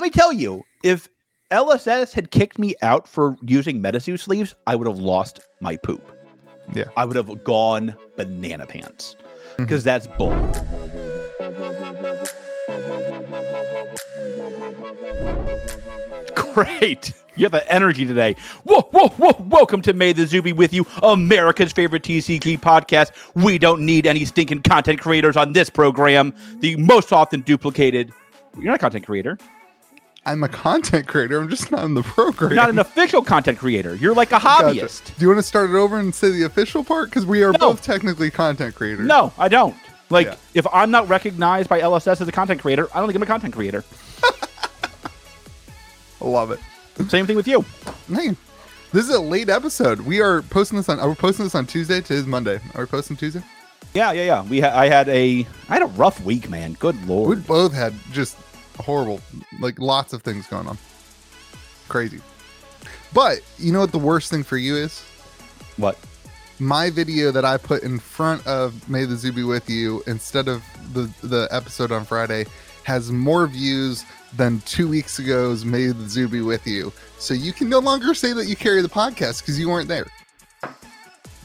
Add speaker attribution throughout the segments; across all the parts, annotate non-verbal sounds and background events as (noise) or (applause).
Speaker 1: me tell you, if LSS had kicked me out for using Metasuit sleeves, I would have lost my poop.
Speaker 2: Yeah.
Speaker 1: I would have gone banana pants because that's bull. Great. You have an energy today. Whoa, whoa, whoa. Welcome to May the Zoo Be With You, America's favorite TCG podcast. We don't need any stinking content creators on this program. The most often duplicated. You're not a content creator.
Speaker 2: I'm a content creator. I'm just not in the program.
Speaker 1: You're not an official content creator. You're like a
Speaker 2: Gotcha.
Speaker 1: hobbyist.
Speaker 2: Do you want to start it over and say the official part? Because we are
Speaker 1: No.
Speaker 2: both technically content creators.
Speaker 1: No, I don't. Like,
Speaker 2: Yeah.
Speaker 1: if I'm not recognized by LSS as a content creator, I don't think I'm a content creator.
Speaker 2: I love it.
Speaker 1: Same thing with you.
Speaker 2: Hey, this is a late episode. We are posting this on. Are we posting this on Tuesday? Today's Monday. Are we posting Tuesday?
Speaker 1: Yeah, yeah, yeah. We ha- I had a I had a rough week, man. Good
Speaker 2: We
Speaker 1: lord.
Speaker 2: both had just horrible, like lots of things going on. Crazy. But you know what the worst thing for you is?
Speaker 1: What?
Speaker 2: my video that I put in front of May the Zoo Be With You instead of the, the episode on Friday has more views than two weeks ago's May the Zoo Be With You. So you can no longer say that you carry the podcast because you weren't there.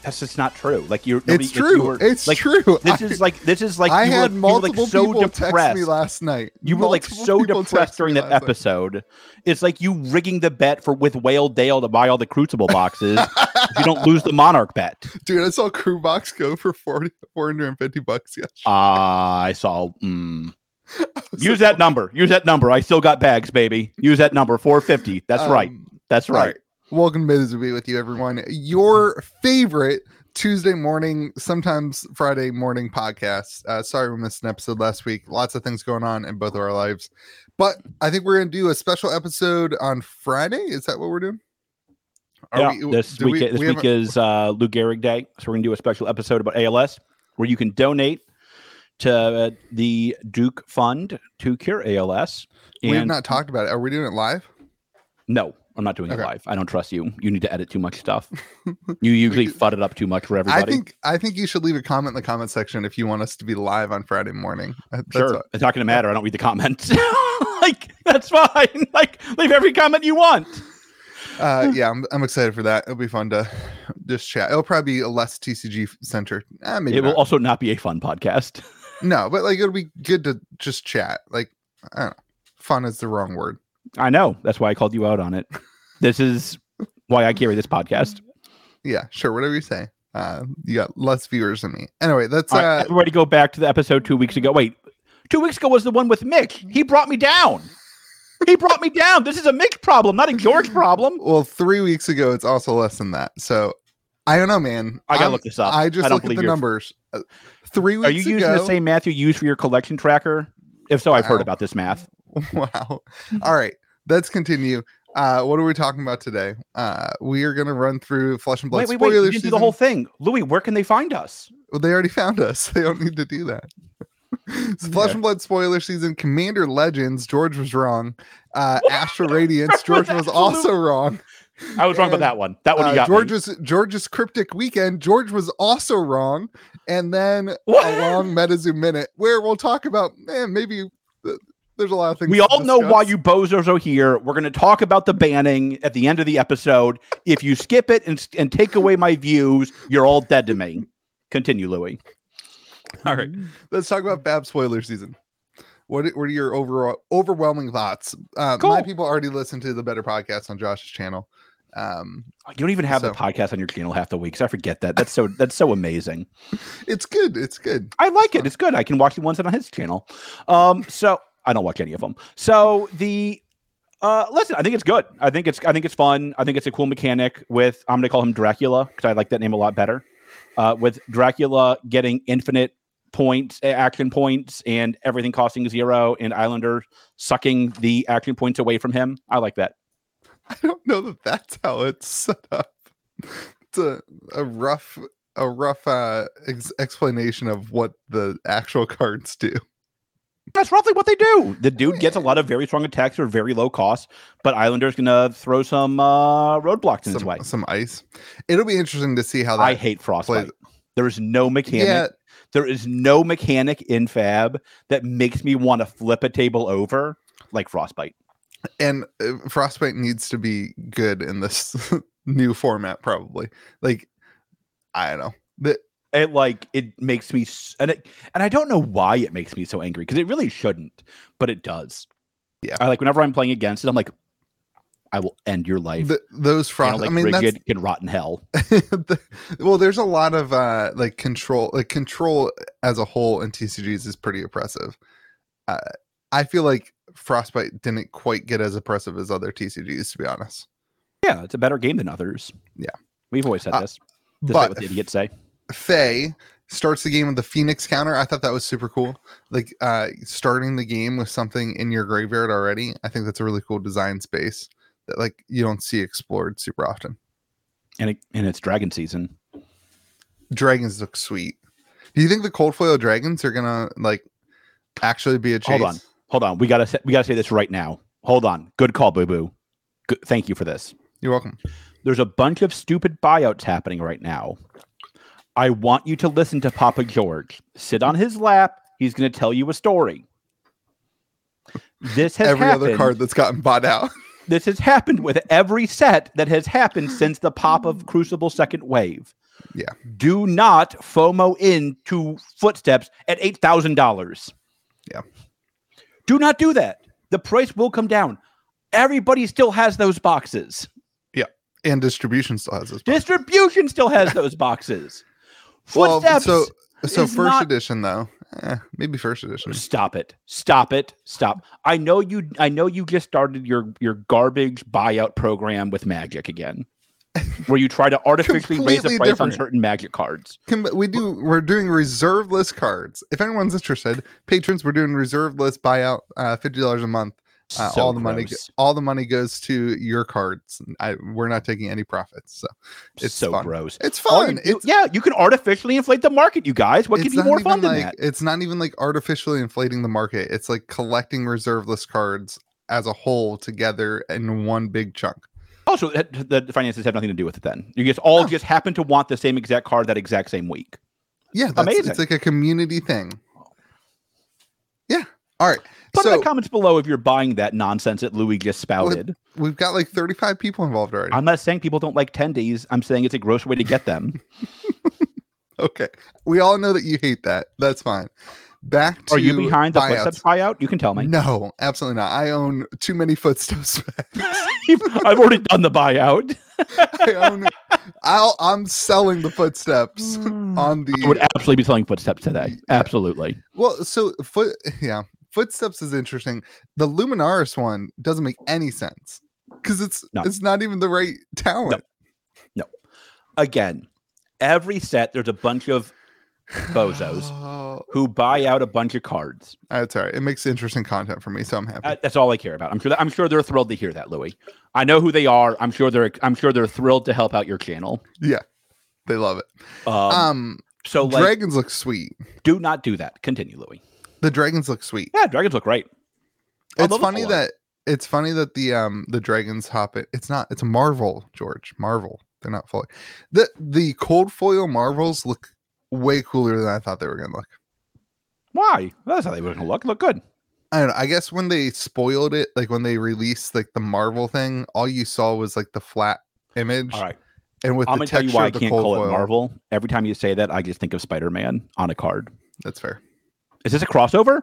Speaker 1: That's just not true. Like you're.
Speaker 2: It's true. It's
Speaker 1: like,
Speaker 2: true.
Speaker 1: This
Speaker 2: I-
Speaker 1: is like this is like
Speaker 2: I
Speaker 1: you were,
Speaker 2: had
Speaker 1: like-
Speaker 2: multiple
Speaker 1: you were,
Speaker 2: people
Speaker 1: like, so
Speaker 2: text
Speaker 1: depressed.
Speaker 2: me last night.
Speaker 1: you were like
Speaker 2: Multiple
Speaker 1: so
Speaker 2: people
Speaker 1: depressed
Speaker 2: text
Speaker 1: during
Speaker 2: me
Speaker 1: that
Speaker 2: last night.
Speaker 1: episode. It's like you rigging the bet for with Whale Dale to buy all the Crucible
Speaker 2: (laughs)
Speaker 1: boxes. if you don't lose the Monarch bet.
Speaker 2: Dude, I saw Crew Box go for 40, 450 bucks. Yeah.
Speaker 1: Uh, I saw.
Speaker 2: (laughs)
Speaker 1: Mm, use that number. Use that number. I still got bags, baby. Use that number. Four fifty. That's right. That's
Speaker 2: Um, All
Speaker 1: right.
Speaker 2: right. Welcome to Biz Be with you, everyone. Your favorite Tuesday morning, sometimes Friday morning podcast. Uh, sorry we missed an episode last week. Lots of things going on in both of our lives, but I think we're going to do a special episode on Friday. Is that what we're doing?
Speaker 1: Yeah, this
Speaker 2: do we-
Speaker 1: week, this
Speaker 2: we
Speaker 1: week
Speaker 2: haven't-
Speaker 1: is uh, Lou Gehrig Day, so we're gonna do a special episode about ALS where you can donate to uh, the Duke Fund to cure ALS.
Speaker 2: we have
Speaker 1: And
Speaker 2: not talked about it. Are we doing it live?
Speaker 1: no, I'm not doing
Speaker 2: Okay.
Speaker 1: it live. I don't trust you. You need to edit too much
Speaker 2: (laughs)
Speaker 1: stuff. you usually fud it up too much for everybody.
Speaker 2: I think I think you should leave a comment in the comment section if you want us to be live on Friday morning. Uh, That's
Speaker 1: sure,
Speaker 2: all-
Speaker 1: it's not gonna matter. I don't read the comments. (laughs) like that's fine. (laughs) Like leave every comment you want.
Speaker 2: uh yeah I'm, I'm excited for that it'll be fun to (laughs) just chat it'll probably be a less tcg center eh, maybe
Speaker 1: it will
Speaker 2: not.
Speaker 1: also not be a fun podcast.
Speaker 2: no but like it'll be good to just chat like i don't know fun is the wrong word
Speaker 1: I know. That's why I called you out on it. This is why I carry this podcast.
Speaker 2: yeah sure whatever you say uh you got less viewers than me anyway that's
Speaker 1: All right,
Speaker 2: uh
Speaker 1: everybody go back to the episode two weeks ago. Wait, two weeks ago was the one with Mick. He brought me down. He brought me down. This is a Mick problem, not a George problem.
Speaker 2: well three weeks ago it's also less than that so i don't know man
Speaker 1: I gotta
Speaker 2: I'm-
Speaker 1: look this up.
Speaker 2: i just
Speaker 1: I don't
Speaker 2: look at
Speaker 1: believe
Speaker 2: the
Speaker 1: you're-
Speaker 2: numbers Uh, three weeks
Speaker 1: Are you using
Speaker 2: ago,
Speaker 1: the same math you use for your collection tracker? If so, I've
Speaker 2: Wow.
Speaker 1: heard about this math.
Speaker 2: (laughs)
Speaker 1: (laughs)
Speaker 2: wow all right let's continue uh what are we talking about today uh we are gonna run through flesh and blood
Speaker 1: wait, wait, wait.
Speaker 2: spoiler
Speaker 1: You didn't do the
Speaker 2: season.
Speaker 1: whole thing. Louis, where can they find us?
Speaker 2: Well, they already found us. (laughs) They don't need to do that. It's Flesh
Speaker 1: Okay.
Speaker 2: and Blood spoiler season. Commander Legends. George was wrong. Uh,
Speaker 1: (laughs)
Speaker 2: Astral Radiance. George was
Speaker 1: Absolute-
Speaker 2: also wrong.
Speaker 1: I was wrong about
Speaker 2: And,
Speaker 1: that one. That one you
Speaker 2: Uh,
Speaker 1: got. me.
Speaker 2: George's George's cryptic weekend. George was also wrong. And then
Speaker 1: What?
Speaker 2: a long MetaZoom minute where we'll talk about man, maybe uh, there's a lot of things.
Speaker 1: We
Speaker 2: to
Speaker 1: all know why
Speaker 2: discuss.
Speaker 1: you bozos are here. We're going to talk about the banning at the end of the episode. If you skip it and, and take away my views, you're all dead to me. Continue, Louis. All right.
Speaker 2: Let's talk about Fab spoiler season. What are- what are your overall overwhelming thoughts? Uh, My
Speaker 1: Cool.
Speaker 2: people already listened to the better podcast on Josh's channel. Um,
Speaker 1: You don't even have the
Speaker 2: So-
Speaker 1: podcast on your channel half the weeks. I forget that. That's so that's so amazing.
Speaker 2: it's good. It's good. (laughs)
Speaker 1: I like it. It's good. I can watch the ones that are on his channel. Um, so I don't watch any of them. So the uh, listen, I think it's good. I think it's I think it's fun. I think it's a cool mechanic with I'm gonna call him Dracula because I like that name a lot better. Uh, with Dracula getting infinite points, eh, action points, and everything costing zero, and Islander sucking the action points away from him. I like that.
Speaker 2: I don't know that that's how it's set up. It's a, a rough a rough uh, ex- explanation of what the actual (laughs) cards do.
Speaker 1: That's roughly what they do. The dude gets a lot of very strong attacks for very low cost, but Islander's gonna throw some uh, roadblocks in his way.
Speaker 2: Some, some ice. It'll be interesting to see how that.
Speaker 1: I hate frostbite. There is no mechanic.
Speaker 2: yeah,
Speaker 1: There is no mechanic in Fab that makes me want to flip a table over like frostbite.
Speaker 2: and uh, frostbite needs to be good in this (laughs) new format probably like i don't know the,
Speaker 1: it like it makes me s- and it and I don't know why it makes me so angry because it really shouldn't, but it does.
Speaker 2: Yeah.
Speaker 1: I like whenever I'm playing against it, I'm like, I will end your life.
Speaker 2: the, those
Speaker 1: You know,
Speaker 2: frost
Speaker 1: like
Speaker 2: i mean that's
Speaker 1: rigid can rot in hell.
Speaker 2: (laughs) the- well there's a lot of uh like control like control as a whole in tcgs is pretty oppressive uh, i feel like frostbite didn't quite get as oppressive as other tcgs to be honest
Speaker 1: Yeah, it's a better game than others.
Speaker 2: Yeah.
Speaker 1: We've always said
Speaker 2: Uh,
Speaker 1: this. Despite
Speaker 2: but
Speaker 1: what the idiots say.
Speaker 2: Faye starts the game with the Phoenix counter. I thought that was super cool. Like uh starting the game with something in your graveyard already. I think that's a really cool design space that like you don't see explored super often.
Speaker 1: And it, and it's dragon season.
Speaker 2: Dragons look sweet. Do you think the cold foil dragons are gonna like actually be a chase?
Speaker 1: Hold on. Hold on. We gotta say, we gotta say this right now. Hold on. Good call, boo boo. Good, thank you for this.
Speaker 2: You're welcome.
Speaker 1: There's a bunch of stupid buyouts happening right now. I want you to listen to Papa George. Sit on his lap. He's going to tell you a story. This has
Speaker 2: Every
Speaker 1: happened.
Speaker 2: other card that's gotten bought out. (laughs)
Speaker 1: This has happened with every set that has happened since the pop of Crucible Second Wave.
Speaker 2: Yeah.
Speaker 1: Do not FOMO into footsteps at eight thousand dollars.
Speaker 2: Yeah.
Speaker 1: Do not do that. The price will come down. Everybody still has those boxes.
Speaker 2: and distribution still has this.
Speaker 1: Distribution still has those boxes.
Speaker 2: Well,
Speaker 1: Footsteps.
Speaker 2: so so
Speaker 1: is
Speaker 2: first
Speaker 1: not-
Speaker 2: edition though. Eh, maybe first edition.
Speaker 1: Stop it. Stop it. Stop. I know you I know you just started your your garbage buyout program with magic again. Where you try to artificially raise the
Speaker 2: Completely
Speaker 1: price on
Speaker 2: different.
Speaker 1: certain magic cards.
Speaker 2: Can, we do. We're doing reserve list cards. If anyone's interested, patrons, we're doing reserve list buyout, uh, fifty dollars a month. Uh,
Speaker 1: So
Speaker 2: all the money, go-
Speaker 1: gross.
Speaker 2: all the money goes to your cards. I, we're not taking any profits, so it's
Speaker 1: so
Speaker 2: fun.
Speaker 1: gross.
Speaker 2: it's
Speaker 1: All you
Speaker 2: fun.
Speaker 1: do-
Speaker 2: it's
Speaker 1: yeah, you can artificially inflate the market, you guys. What could
Speaker 2: it's
Speaker 1: be
Speaker 2: not
Speaker 1: more
Speaker 2: even
Speaker 1: fun than
Speaker 2: like
Speaker 1: that?
Speaker 2: it's not even like artificially inflating the market. It's like collecting reserve list cards as a whole together in one big chunk.
Speaker 1: Also, that, the finances have nothing to do with it then. You just all
Speaker 2: No.
Speaker 1: just happen to want the same exact card that exact same week.
Speaker 2: Yeah, that's,
Speaker 1: Amazing.
Speaker 2: It's like a community thing. Yeah. All right.
Speaker 1: Put in
Speaker 2: so
Speaker 1: the comments below if you're buying that nonsense that Louis just spouted.
Speaker 2: we've got like thirty-five people involved already.
Speaker 1: I'm not saying people don't like tendies. I'm saying it's a gross way to get them.
Speaker 2: Okay. We all know that you hate that. That's fine. Back to
Speaker 1: Are you behind the
Speaker 2: buyouts.
Speaker 1: footsteps Oh buyout? You can tell me.
Speaker 2: No, absolutely not. I own too many footsteps.
Speaker 1: (laughs)
Speaker 2: (laughs)
Speaker 1: I've already done the buyout.
Speaker 2: I own
Speaker 1: (laughs)
Speaker 2: I'll I'm selling the footsteps on
Speaker 1: I would
Speaker 2: the
Speaker 1: absolutely be selling footsteps today. Absolutely.
Speaker 2: Well, so foot yeah, footsteps is interesting. The Luminaris one doesn't make any sense cuz it's
Speaker 1: No.
Speaker 2: it's not even the right talent.
Speaker 1: Again, every set there's a bunch of bozos
Speaker 2: Oh,
Speaker 1: who buy out a bunch of cards.
Speaker 2: (sighs) that's all right. It makes interesting content for me, so I'm happy.
Speaker 1: Uh, that's all I care about. I'm sure. That, I'm sure they're thrilled to hear that, Louis. I know who they are. I'm sure they're. I'm sure they're thrilled to help out your channel.
Speaker 2: they love it.
Speaker 1: Um,
Speaker 2: Um,
Speaker 1: so like,
Speaker 2: dragons look sweet.
Speaker 1: do not do that. Continue, Louis.
Speaker 2: The dragons look sweet.
Speaker 1: Yeah, dragons look great. I
Speaker 2: it's
Speaker 1: love a
Speaker 2: funny
Speaker 1: follow-up.
Speaker 2: that it's funny that the um the dragons hop it it's not it's marvel george marvel they're not fully the the cold foil marvels look way cooler than i thought they were gonna look
Speaker 1: Why? That's how they were going to look. Look good.
Speaker 2: i don't know i guess when they spoiled it like when they released like the marvel thing all you saw was like the flat image
Speaker 1: All right.
Speaker 2: and with
Speaker 1: I'm
Speaker 2: the
Speaker 1: gonna
Speaker 2: texture
Speaker 1: tell you why I
Speaker 2: of the
Speaker 1: can't
Speaker 2: cold
Speaker 1: call
Speaker 2: foil
Speaker 1: it Marvel. Every time you say that, I just think of Spider Man on a card.
Speaker 2: that's fair
Speaker 1: Is this a crossover?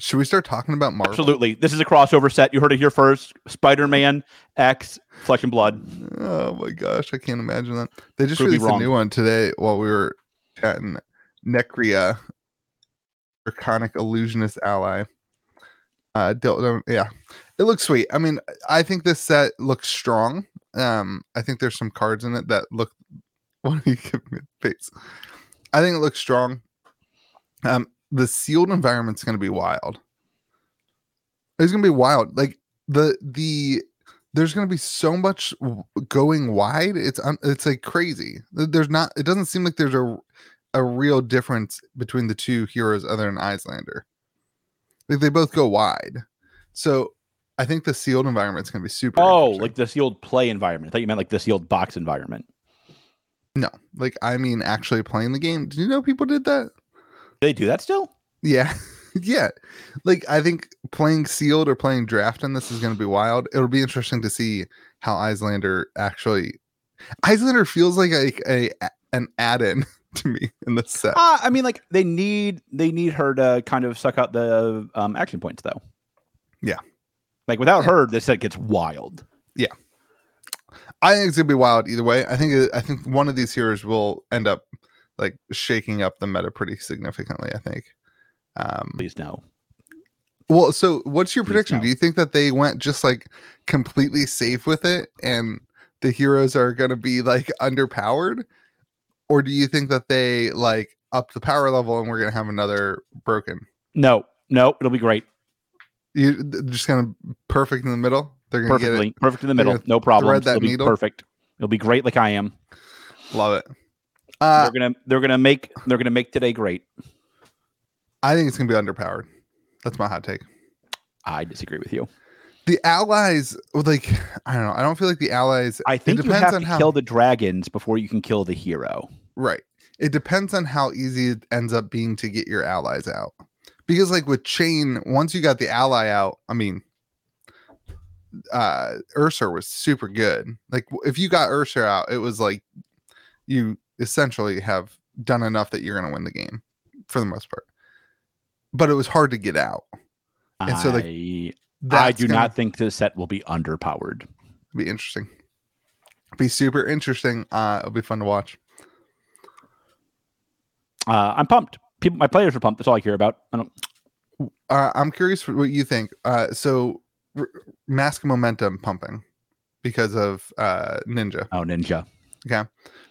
Speaker 2: should we start talking about marvel
Speaker 1: Absolutely. This is a crossover set. You heard it here first. Spider Man X Flesh and Blood.
Speaker 2: oh my gosh i can't imagine that they just
Speaker 1: Could be
Speaker 2: released a
Speaker 1: wrong.
Speaker 2: new one today while we were chatting necria draconic illusionist ally uh don't, don't- yeah it looks sweet i mean i think this set looks strong um i think there's some cards in it that look (laughs) what are you giving me the face i think it looks strong um the sealed environment's going to be wild it's going to be wild like the the there's going to be so much w- going wide it's un, it's like crazy Th- there's not it doesn't seem like there's a a real difference between the two heroes other than Icelander. Like they both go wide. So I think the sealed environment's gonna be super.
Speaker 1: Oh,
Speaker 2: interesting.
Speaker 1: like the sealed play environment. I thought you meant like the sealed box environment.
Speaker 2: no, like I mean actually playing the game. Did you know people did that?
Speaker 1: They do that still?
Speaker 2: Yeah. (laughs) yeah, like I think playing sealed or playing draft on this is going to be wild. It'll be interesting to see how Icelander actually. Icelander feels like a, a an add-in (laughs) to me in this set.
Speaker 1: Uh, I mean, like they need they need her to kind of suck out the um, action points, though.
Speaker 2: Yeah.
Speaker 1: Like without
Speaker 2: Yeah.
Speaker 1: her, this set gets wild.
Speaker 2: I think it's gonna be wild either way. I think it- I think one of these heroes will end up like shaking up the meta pretty significantly. I think. Um,
Speaker 1: Please no.
Speaker 2: well, so what's your
Speaker 1: Please
Speaker 2: prediction?
Speaker 1: no.
Speaker 2: Do you think that they went just like completely safe with it, and the heroes are gonna be like underpowered, or do you think that they like up the power level and we're gonna have another broken?
Speaker 1: No, no, it'll be great.
Speaker 2: You th- just kind of perfect in the middle. They're gonna
Speaker 1: Perfectly, perfect in the
Speaker 2: They're
Speaker 1: middle.
Speaker 2: gonna
Speaker 1: No problem.
Speaker 2: that
Speaker 1: It'll be
Speaker 2: needle.
Speaker 1: perfect. It'll be great, like I am.
Speaker 2: get it. Love it. Uh,
Speaker 1: they're gonna they're gonna make they're gonna make today great.
Speaker 2: I think it's gonna be underpowered. That's my hot take.
Speaker 1: I disagree with you.
Speaker 2: the allies like i don't know i don't feel like the allies
Speaker 1: I think you
Speaker 2: depends
Speaker 1: have
Speaker 2: on
Speaker 1: to
Speaker 2: how-
Speaker 1: kill the dragons before you can kill the hero.
Speaker 2: right it depends on how easy it ends up being to get your allies out because like with chain once you got the ally out i mean uh ursur was super good like w- if you got ursur out it was like you essentially have done enough that you're going to win the game for the most part but it was hard to get out And so, like,
Speaker 1: I, I
Speaker 2: That's
Speaker 1: do
Speaker 2: gonna-
Speaker 1: not think this set will be underpowered.
Speaker 2: be interesting. Be super interesting. Uh, it'll be fun to watch.
Speaker 1: Uh, I'm pumped. People, my players are pumped. That's all I care about. I don't,
Speaker 2: Uh, I'm curious for what you think. Uh, so r- mask momentum pumping because of uh ninja.
Speaker 1: oh, ninja.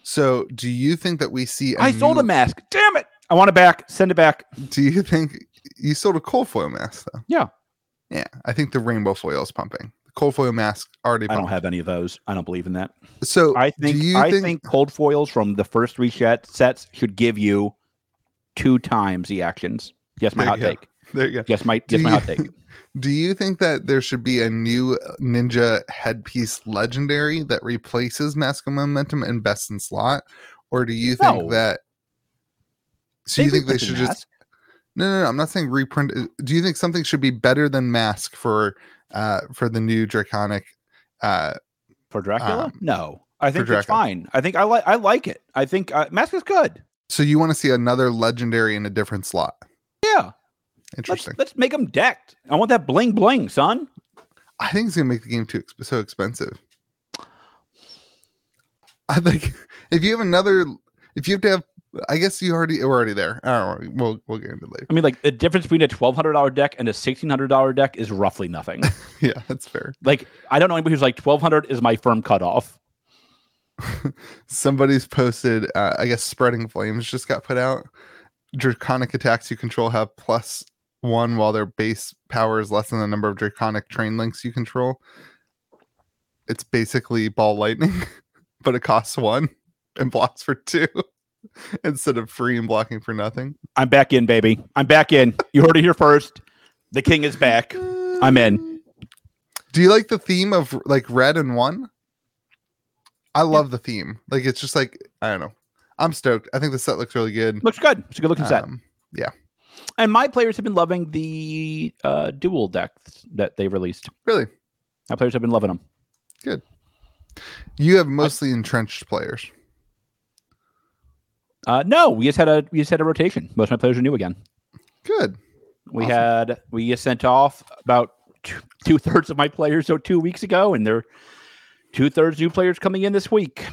Speaker 2: So do you think that we see? I
Speaker 1: I sold a mask. Damn it! I want it back. Send it back.
Speaker 2: Do you think you sold a cold foil mask though?
Speaker 1: Yeah.
Speaker 2: Yeah, I think the rainbow foil is pumping. The cold foil mask already.
Speaker 1: I don't
Speaker 2: Pumped.
Speaker 1: have any of those. I don't believe in that.
Speaker 2: So
Speaker 1: I
Speaker 2: do
Speaker 1: think
Speaker 2: you
Speaker 1: I think cold foils from the first three shet, sets should give you two times the actions. Yes, my
Speaker 2: There
Speaker 1: hot
Speaker 2: you go.
Speaker 1: take.
Speaker 2: there you go.
Speaker 1: Yes, my yes,
Speaker 2: (laughs) Do
Speaker 1: my
Speaker 2: you-
Speaker 1: hot take.
Speaker 2: Do you think that there should be a new uh, ninja headpiece legendary that replaces Mask of Momentum and Best in Slot? Or do you
Speaker 1: No.
Speaker 2: think that so you think they should just no, no no I'm not saying reprint it. do you think something should be better than Mask for uh for the new Draconic uh
Speaker 1: for Dracula?
Speaker 2: um,
Speaker 1: no, I think it's
Speaker 2: Dracula.
Speaker 1: fine. I think I like I like it. I think uh, mask is good.
Speaker 2: so you want to see another legendary in a different slot.
Speaker 1: Yeah, let's
Speaker 2: Interesting.
Speaker 1: let's make them decked. I want that bling bling, son.
Speaker 2: I think it's gonna make the game too exp- so expensive. I think (laughs) if you have another, if you have to have, I guess you already we're already there. I don't know. We'll we'll get into it later. (laughs)
Speaker 1: I mean, like the difference between a twelve hundred dollar deck and a sixteen hundred dollar deck is roughly
Speaker 2: (laughs)
Speaker 1: nothing.
Speaker 2: Yeah, that's fair.
Speaker 1: like I don't know anybody who's like twelve hundred is my firm cutoff.
Speaker 2: Somebody's posted. Uh, I guess spreading flames just got put out. Draconic attacks you control have plus one, while their base power is less than the number of draconic train links you control. It's basically ball lightning, (laughs) but it costs one and blocks for two (laughs) instead of free and blocking for nothing.
Speaker 1: I'm back in, baby. I'm back in. You heard it here first. The king is back. I'm in.
Speaker 2: Do you like the theme of like red and one? I love the theme. Like it's just like I don't know. I'm stoked. I think the set looks really good.
Speaker 1: Looks good. It's a good looking set.
Speaker 2: Um, Uh-huh.
Speaker 1: And my players have been loving the uh, dual decks that they released.
Speaker 2: really,
Speaker 1: My players have been loving them.
Speaker 2: you have mostly entrenched players.
Speaker 1: Uh, no, we just had a we just had a rotation. Most of my players are new again.
Speaker 2: Good.
Speaker 1: We
Speaker 2: Awesome.
Speaker 1: had we just sent off about two thirds of my players so two weeks ago, and they're two thirds new players coming in this week.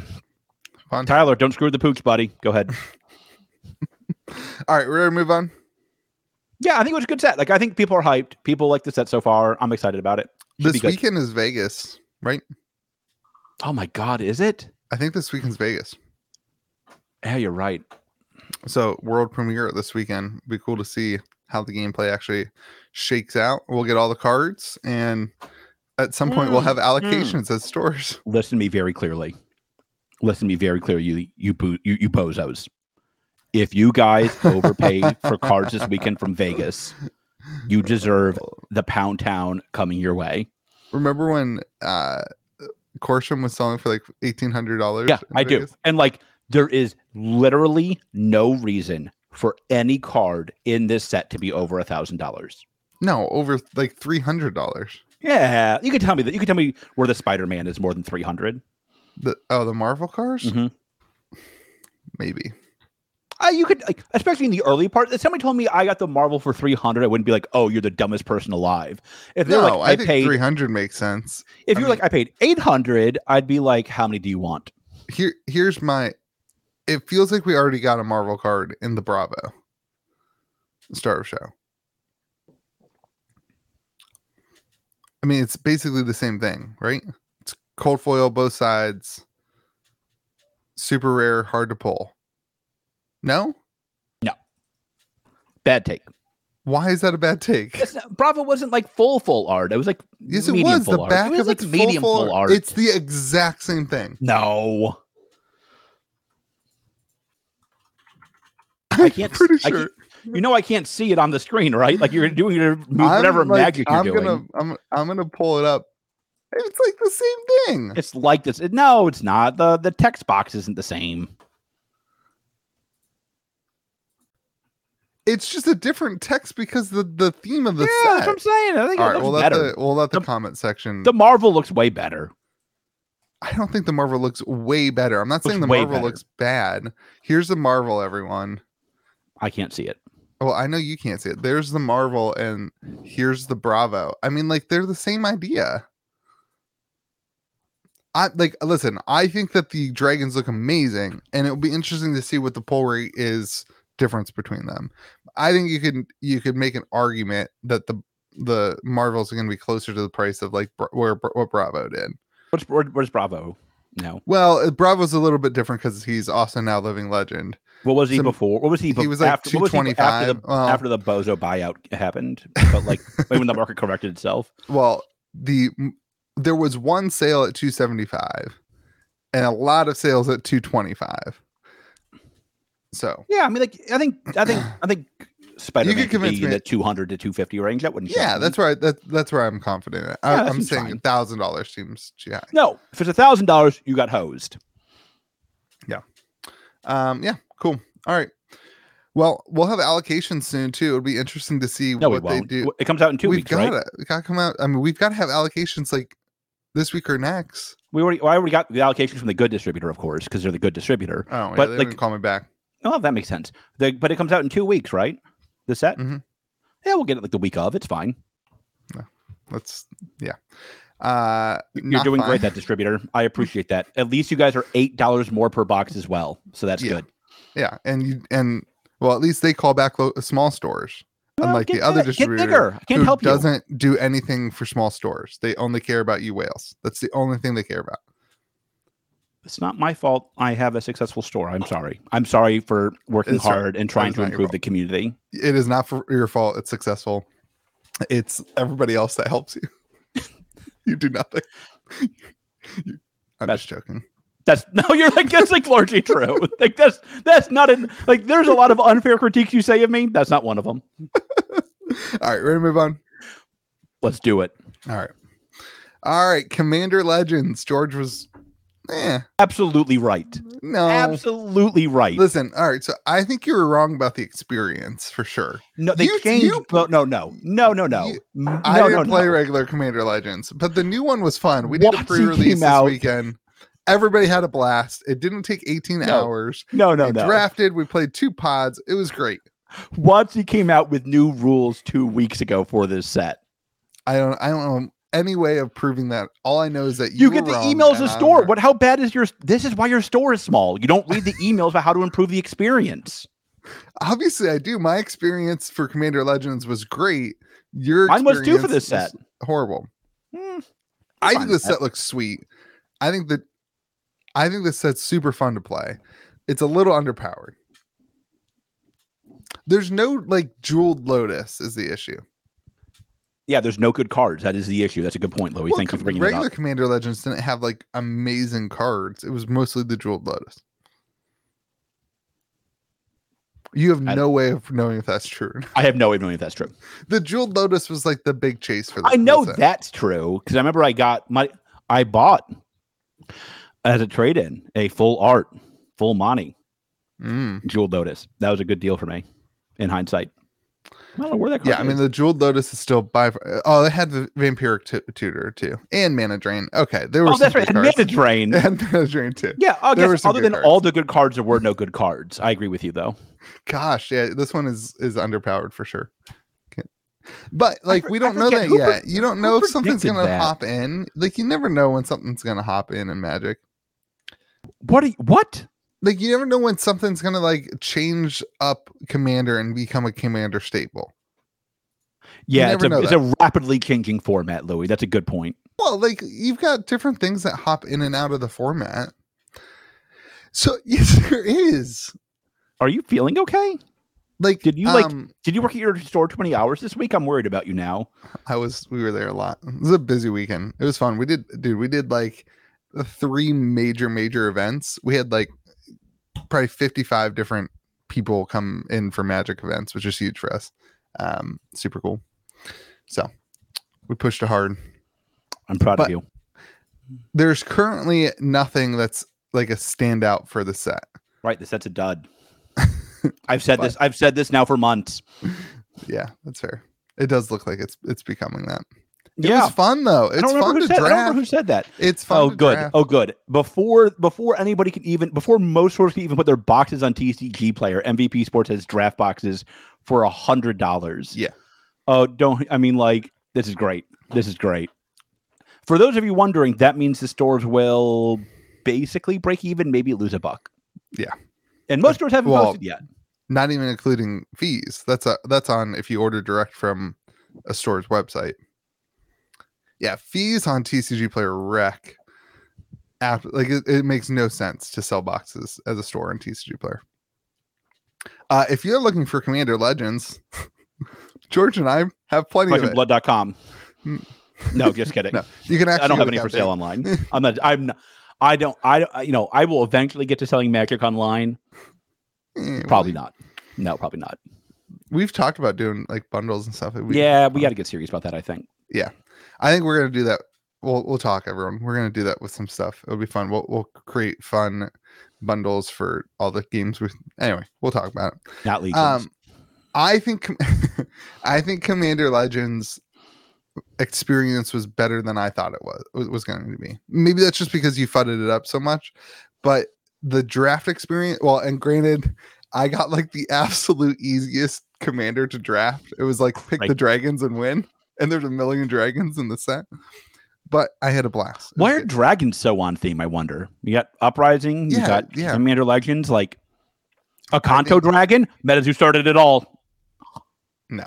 Speaker 2: Fun.
Speaker 1: Tyler, don't screw the pooch, buddy. Go ahead.
Speaker 2: All right, we're gonna move on.
Speaker 1: yeah, I think it was a good set. Like I think people are hyped. People like the set so far. I'm excited about it. Should be
Speaker 2: this
Speaker 1: good.
Speaker 2: weekend is Vegas, right?
Speaker 1: Oh my god, is it?
Speaker 2: I think this weekend's Vegas.
Speaker 1: Yeah, you're right.
Speaker 2: So world premiere this weekend. Be cool to see how the gameplay actually shakes out. We'll get all the cards, and at some point we'll
Speaker 1: Mm,
Speaker 2: have allocations at stores.
Speaker 1: (laughs) Listen to me very clearly. Listen to me very clearly, you you boo- you, you bozos. If you (laughs) guys overpay for cards this weekend from Vegas, you deserve the pound town coming your way.
Speaker 2: Remember when uh Corsham was selling for like eighteen hundred dollars?
Speaker 1: Yeah, I do. And like, there is literally no reason for any card in this set to be over a thousand dollars.
Speaker 2: No, over like three hundred dollars.
Speaker 1: Yeah, you could tell me that. You could tell me where the Spider Man is more than three hundred.
Speaker 2: The oh, the Marvel cars?
Speaker 1: Mm-hmm.
Speaker 2: Maybe.
Speaker 1: Uh, you could, like, especially in the early part. If somebody told me I got the Marvel for three hundred, I wouldn't be like, "Oh, you're the dumbest person alive." If they're
Speaker 2: No,
Speaker 1: like, "I,
Speaker 2: I think
Speaker 1: paid,"
Speaker 2: three hundred makes sense.
Speaker 1: if
Speaker 2: I
Speaker 1: you're like, "I paid 800, I'd be like, "How many do you want?"
Speaker 2: Here, here's my. It feels like we already got a Marvel card in the Bravo. Star of Show. I mean, it's basically the same thing, right? It's cold foil, both sides. Super rare, hard to pull. No,
Speaker 1: Bad take.
Speaker 2: why is that a bad take?
Speaker 1: It's not- Bravo wasn't like full full art. It was like
Speaker 2: Yes, it
Speaker 1: medium
Speaker 2: was
Speaker 1: full
Speaker 2: the
Speaker 1: art.
Speaker 2: back
Speaker 1: it was
Speaker 2: of
Speaker 1: like
Speaker 2: its full
Speaker 1: medium full,
Speaker 2: full-
Speaker 1: art.
Speaker 2: It's the exact same thing.
Speaker 1: no.
Speaker 2: I'm
Speaker 1: can't s-
Speaker 2: pretty
Speaker 1: I can't-
Speaker 2: sure.
Speaker 1: You know I can't see it on the screen, right? Like you're doing your move-
Speaker 2: I'm,
Speaker 1: whatever
Speaker 2: like,
Speaker 1: magic you're
Speaker 2: I'm
Speaker 1: doing.
Speaker 2: gonna I'm I'm gonna pull it up. It's like the same thing.
Speaker 1: It's like this. No, it's not. the The text box isn't the same.
Speaker 2: It's just a different text because the the theme of the
Speaker 1: yeah, that's
Speaker 2: set.
Speaker 1: what I'm saying. I think
Speaker 2: All
Speaker 1: it
Speaker 2: right,
Speaker 1: looks
Speaker 2: we'll let
Speaker 1: better.
Speaker 2: the we'll let the,
Speaker 1: The-
Speaker 2: comment section.
Speaker 1: the Marvel looks way better.
Speaker 2: I don't think the Marvel looks way better. I'm not
Speaker 1: Looks
Speaker 2: saying the
Speaker 1: way
Speaker 2: Marvel
Speaker 1: better.
Speaker 2: looks bad. Here's the Marvel, everyone.
Speaker 1: I can't see it.
Speaker 2: Well, I know you can't see it. There's the Marvel and here's the Bravo. I mean, like they're the same idea. I like listen, I think that the dragons look amazing and it'll be interesting to see what the poll rate is difference between them. I think you could you could make an argument that the the Marvels are going to be closer to the price of like Bra- where Bra- what Bravo did.
Speaker 1: What's where, where's Bravo? No.
Speaker 2: Well, uh, Bravo's a little bit different cuz he's also now living legend.
Speaker 1: What was he
Speaker 2: Some-
Speaker 1: before? What was he? bef-
Speaker 2: He was like
Speaker 1: after, what was he after
Speaker 2: 225.
Speaker 1: the
Speaker 2: well,
Speaker 1: after the bozo buyout happened, but
Speaker 2: (laughs)
Speaker 1: like when the market corrected itself.
Speaker 2: well the m- there was one sale at 275 and a lot of sales at 225 so
Speaker 1: Yeah, I mean, like I think I think I think Spider Man could
Speaker 2: convince
Speaker 1: be in
Speaker 2: me-
Speaker 1: the 200 to 250 range. That wouldn't. shock
Speaker 2: yeah
Speaker 1: me.
Speaker 2: that's right that, that's where i'm confident in. I,
Speaker 1: Yeah, that
Speaker 2: i'm
Speaker 1: seems
Speaker 2: saying
Speaker 1: fine.
Speaker 2: a thousand dollars seems too high
Speaker 1: no. If it's a thousand dollars, you got hosed.
Speaker 2: um yeah cool all right well we'll have allocations soon too it'll be interesting to see
Speaker 1: No,
Speaker 2: what
Speaker 1: we
Speaker 2: they
Speaker 1: won't.
Speaker 2: do
Speaker 1: It comes out in 2
Speaker 2: we've
Speaker 1: weeks,
Speaker 2: got
Speaker 1: right?
Speaker 2: to we got to come out i mean we've got to have allocations like this week or next
Speaker 1: We already, well, I already got the allocation from the good distributor, of course, because they're the good distributor.
Speaker 2: oh yeah,
Speaker 1: But,
Speaker 2: they
Speaker 1: like-
Speaker 2: didn't call me back
Speaker 1: Oh, that makes sense. The, but it comes out in two weeks, right? The set.
Speaker 2: Mhm.
Speaker 1: Yeah, we'll get it like the week of. It's fine.
Speaker 2: let's yeah uh
Speaker 1: You're doing great, that distributor. I appreciate that. At least you guys are eight dollars more per box as well, so that's
Speaker 2: Yeah.
Speaker 1: good.
Speaker 2: Yeah, and you and well, at least they call back lo- small stores,
Speaker 1: Well,
Speaker 2: unlike
Speaker 1: get
Speaker 2: the other
Speaker 1: big-
Speaker 2: distributor
Speaker 1: Get bigger. I can't
Speaker 2: who
Speaker 1: help you.
Speaker 2: doesn't do anything for small stores. They only care about you whales. That's the only thing they care about.
Speaker 1: It's not my fault. I have a successful store. I'm sorry. I'm sorry for working
Speaker 2: It's all right.
Speaker 1: hard and trying
Speaker 2: is
Speaker 1: to
Speaker 2: not your
Speaker 1: improve
Speaker 2: fault.
Speaker 1: the community.
Speaker 2: It is not for your fault. It's successful. It's everybody else that helps you. (laughs) you do nothing. You- I'm
Speaker 1: That's-
Speaker 2: just joking.
Speaker 1: That's (laughs) no, you're like that's like largely true. (laughs) Like that's that's not an like. There's a lot of unfair critiques you say of me. That's not one of them.
Speaker 2: All right, ready to move on.
Speaker 1: Let's do it.
Speaker 2: All right, all right. Commander Legends. George was, eh,
Speaker 1: Absolutely right.
Speaker 2: no.
Speaker 1: Absolutely right.
Speaker 2: Listen, all right. So I think you were wrong about the experience for sure.
Speaker 1: No, they
Speaker 2: You-
Speaker 1: changed.
Speaker 2: you-
Speaker 1: no, no, no, no, no, no.
Speaker 2: you-
Speaker 1: no,
Speaker 2: I
Speaker 1: no,
Speaker 2: didn't play
Speaker 1: no.
Speaker 2: regular Commander Legends, but the new one was fun. We did a
Speaker 1: Once it
Speaker 2: pre-release
Speaker 1: came
Speaker 2: this
Speaker 1: out-
Speaker 2: weekend. Everybody had a blast. It didn't take 18
Speaker 1: No,
Speaker 2: hours.
Speaker 1: no, no,
Speaker 2: we
Speaker 1: no.
Speaker 2: drafted. We played two pods. It was great.
Speaker 1: Once he came out with new rules two weeks ago for this set.
Speaker 2: I don't. I don't know any way of proving that. All I know is that
Speaker 1: You,
Speaker 2: you,
Speaker 1: get
Speaker 2: were
Speaker 1: the
Speaker 2: wrong
Speaker 1: emails
Speaker 2: and
Speaker 1: to
Speaker 2: I'm
Speaker 1: store.
Speaker 2: right.
Speaker 1: What? How bad is your? This is why your store is small. You don't read the emails about how to improve the experience.
Speaker 2: Obviously, I do. My experience for Commander Legends was great. Your
Speaker 1: Mine was too for
Speaker 2: experience
Speaker 1: this set.
Speaker 2: was Horrible.
Speaker 1: Hmm, fine
Speaker 2: I think this
Speaker 1: with that.
Speaker 2: set looks sweet. I think that I think this set's super fun to play. It's a little underpowered. There's no like jeweled lotus is the issue.
Speaker 1: Yeah, there's no good cards. That is the issue. That's a good point, Louis. Thank
Speaker 2: Well,
Speaker 1: Oh, you
Speaker 2: com-
Speaker 1: for bringing
Speaker 2: regular
Speaker 1: it up.
Speaker 2: Commander Legends didn't have like amazing cards. It was mostly the jeweled lotus. You have
Speaker 1: I-
Speaker 2: no way of knowing if that's true. or not. (laughs)
Speaker 1: I have no way of knowing if that's true.
Speaker 2: The jeweled lotus was like the big chase for.
Speaker 1: I
Speaker 2: this
Speaker 1: know
Speaker 2: set.
Speaker 1: that's true because I remember I got my I bought as a trade in a full art, full money
Speaker 2: Mm.
Speaker 1: Jeweled Lotus. That was a good deal for me in hindsight. I don't know where that.
Speaker 2: Yeah, I
Speaker 1: card
Speaker 2: mean
Speaker 1: is.
Speaker 2: the Jeweled Lotus is still by. far- Oh, they had the Vampiric Tu- Tutor too, and Mana Drain. Okay, there were
Speaker 1: oh, that's
Speaker 2: some
Speaker 1: right. And
Speaker 2: good
Speaker 1: Mana
Speaker 2: cards. (laughs)
Speaker 1: Drain.
Speaker 2: and Mana Drain too.
Speaker 1: Yeah, I
Speaker 2: There were
Speaker 1: guess
Speaker 2: some
Speaker 1: other
Speaker 2: good
Speaker 1: than
Speaker 2: cards.
Speaker 1: all the good cards, there were no good cards. I agree with you though.
Speaker 2: Gosh, yeah, this one is is underpowered for sure. Okay. But like
Speaker 1: for-
Speaker 2: we
Speaker 1: I
Speaker 2: don't know
Speaker 1: forget
Speaker 2: that
Speaker 1: who
Speaker 2: yet.
Speaker 1: pre-
Speaker 2: you don't
Speaker 1: who
Speaker 2: know if something's
Speaker 1: predicted
Speaker 2: gonna
Speaker 1: that?
Speaker 2: hop in. Like you never know when something's gonna hop in in Magic.
Speaker 1: What? Are you, what?
Speaker 2: Like you never know when something's gonna like change up Commander and become a Commander staple.
Speaker 1: Yeah, it's
Speaker 2: never
Speaker 1: a,
Speaker 2: know
Speaker 1: it's a rapidly changing format, Louis. That's a good point.
Speaker 2: Well, like you've got different things that hop in and out of the format. So (laughs) yes, there is.
Speaker 1: Are you feeling okay?
Speaker 2: Like
Speaker 1: Did you, like,
Speaker 2: um,
Speaker 1: Did you work at your store twenty hours this week? I'm worried about you now.
Speaker 2: I was we were there a lot. It was a busy weekend. It was fun. We did dude, we did like three major major events. We had like probably 55 different people come in for magic events, which is huge for us. Um super cool. So, we pushed it hard.
Speaker 1: I'm proud
Speaker 2: But-
Speaker 1: of you.
Speaker 2: There's currently nothing that's like a standout for the set.
Speaker 1: Right, this that's a
Speaker 2: (laughs)
Speaker 1: dud. I've said this. I've said this now for months.
Speaker 2: Yeah, that's fair. It does look like it's it's becoming that. It
Speaker 1: yeah,
Speaker 2: was fun though.
Speaker 1: I don't
Speaker 2: It's
Speaker 1: remember
Speaker 2: fun
Speaker 1: who
Speaker 2: to
Speaker 1: said. I don't remember who
Speaker 2: draft.
Speaker 1: said that.
Speaker 2: It's fun.
Speaker 1: Oh,
Speaker 2: to
Speaker 1: good.
Speaker 2: draft.
Speaker 1: Oh, good. Before before anybody can even before most stores can even put their boxes on TCG Player, MVP Sports has draft boxes for a hundred dollars.
Speaker 2: Yeah.
Speaker 1: Oh, don't. I mean, like this is great. This is great. For those of you wondering, that means the stores will basically break even, maybe lose a buck.
Speaker 2: Yeah.
Speaker 1: And most stores haven't
Speaker 2: Well,
Speaker 1: posted yet.
Speaker 2: not even including fees. That's a that's on if you order direct from a store's website. Yeah, fees on TCG Player wreck. After, like it, it makes no sense to sell boxes as a store on TCG Player. Uh, if you're looking for Commander Legends, (laughs) George and I have plenty of it.
Speaker 1: Questionblood.com.
Speaker 2: Hmm.
Speaker 1: No, just kidding.
Speaker 2: (laughs) No, you can actually.
Speaker 1: I don't have
Speaker 2: look
Speaker 1: any for
Speaker 2: up
Speaker 1: sale online. I'm not. I'm. Not, I don't. I don't. You know. I will eventually get to selling Magic online.
Speaker 2: there. Eh, well,
Speaker 1: Probably not. No, probably not.
Speaker 2: We've talked about doing like bundles and stuff. We-
Speaker 1: yeah, we got to get serious about that. I think.
Speaker 2: I think we're gonna do that. We'll we'll talk, everyone. We're gonna do that with some stuff. It'll be fun. We'll we'll create fun bundles for all the games. We anyway, we'll talk about it.
Speaker 1: Not legal.
Speaker 2: Um, I think Com- (laughs) I think Commander Legends experience was better than I thought it was was- was going to be. Maybe that's just because you fudded it up so much, but the draft experience. Well, and granted, I got like the absolute easiest commander to draft. It was like pick the
Speaker 1: Right.
Speaker 2: dragons and win, and there's a million dragons in the set. But I had a blast. It was
Speaker 1: Why are
Speaker 2: good.
Speaker 1: dragons so on theme? I wonder. You got uprising. You
Speaker 2: Yeah,
Speaker 1: got
Speaker 2: yeah.
Speaker 1: Commander Legends. Like a Kanto
Speaker 2: think-
Speaker 1: dragon. That is who started it all.
Speaker 2: No.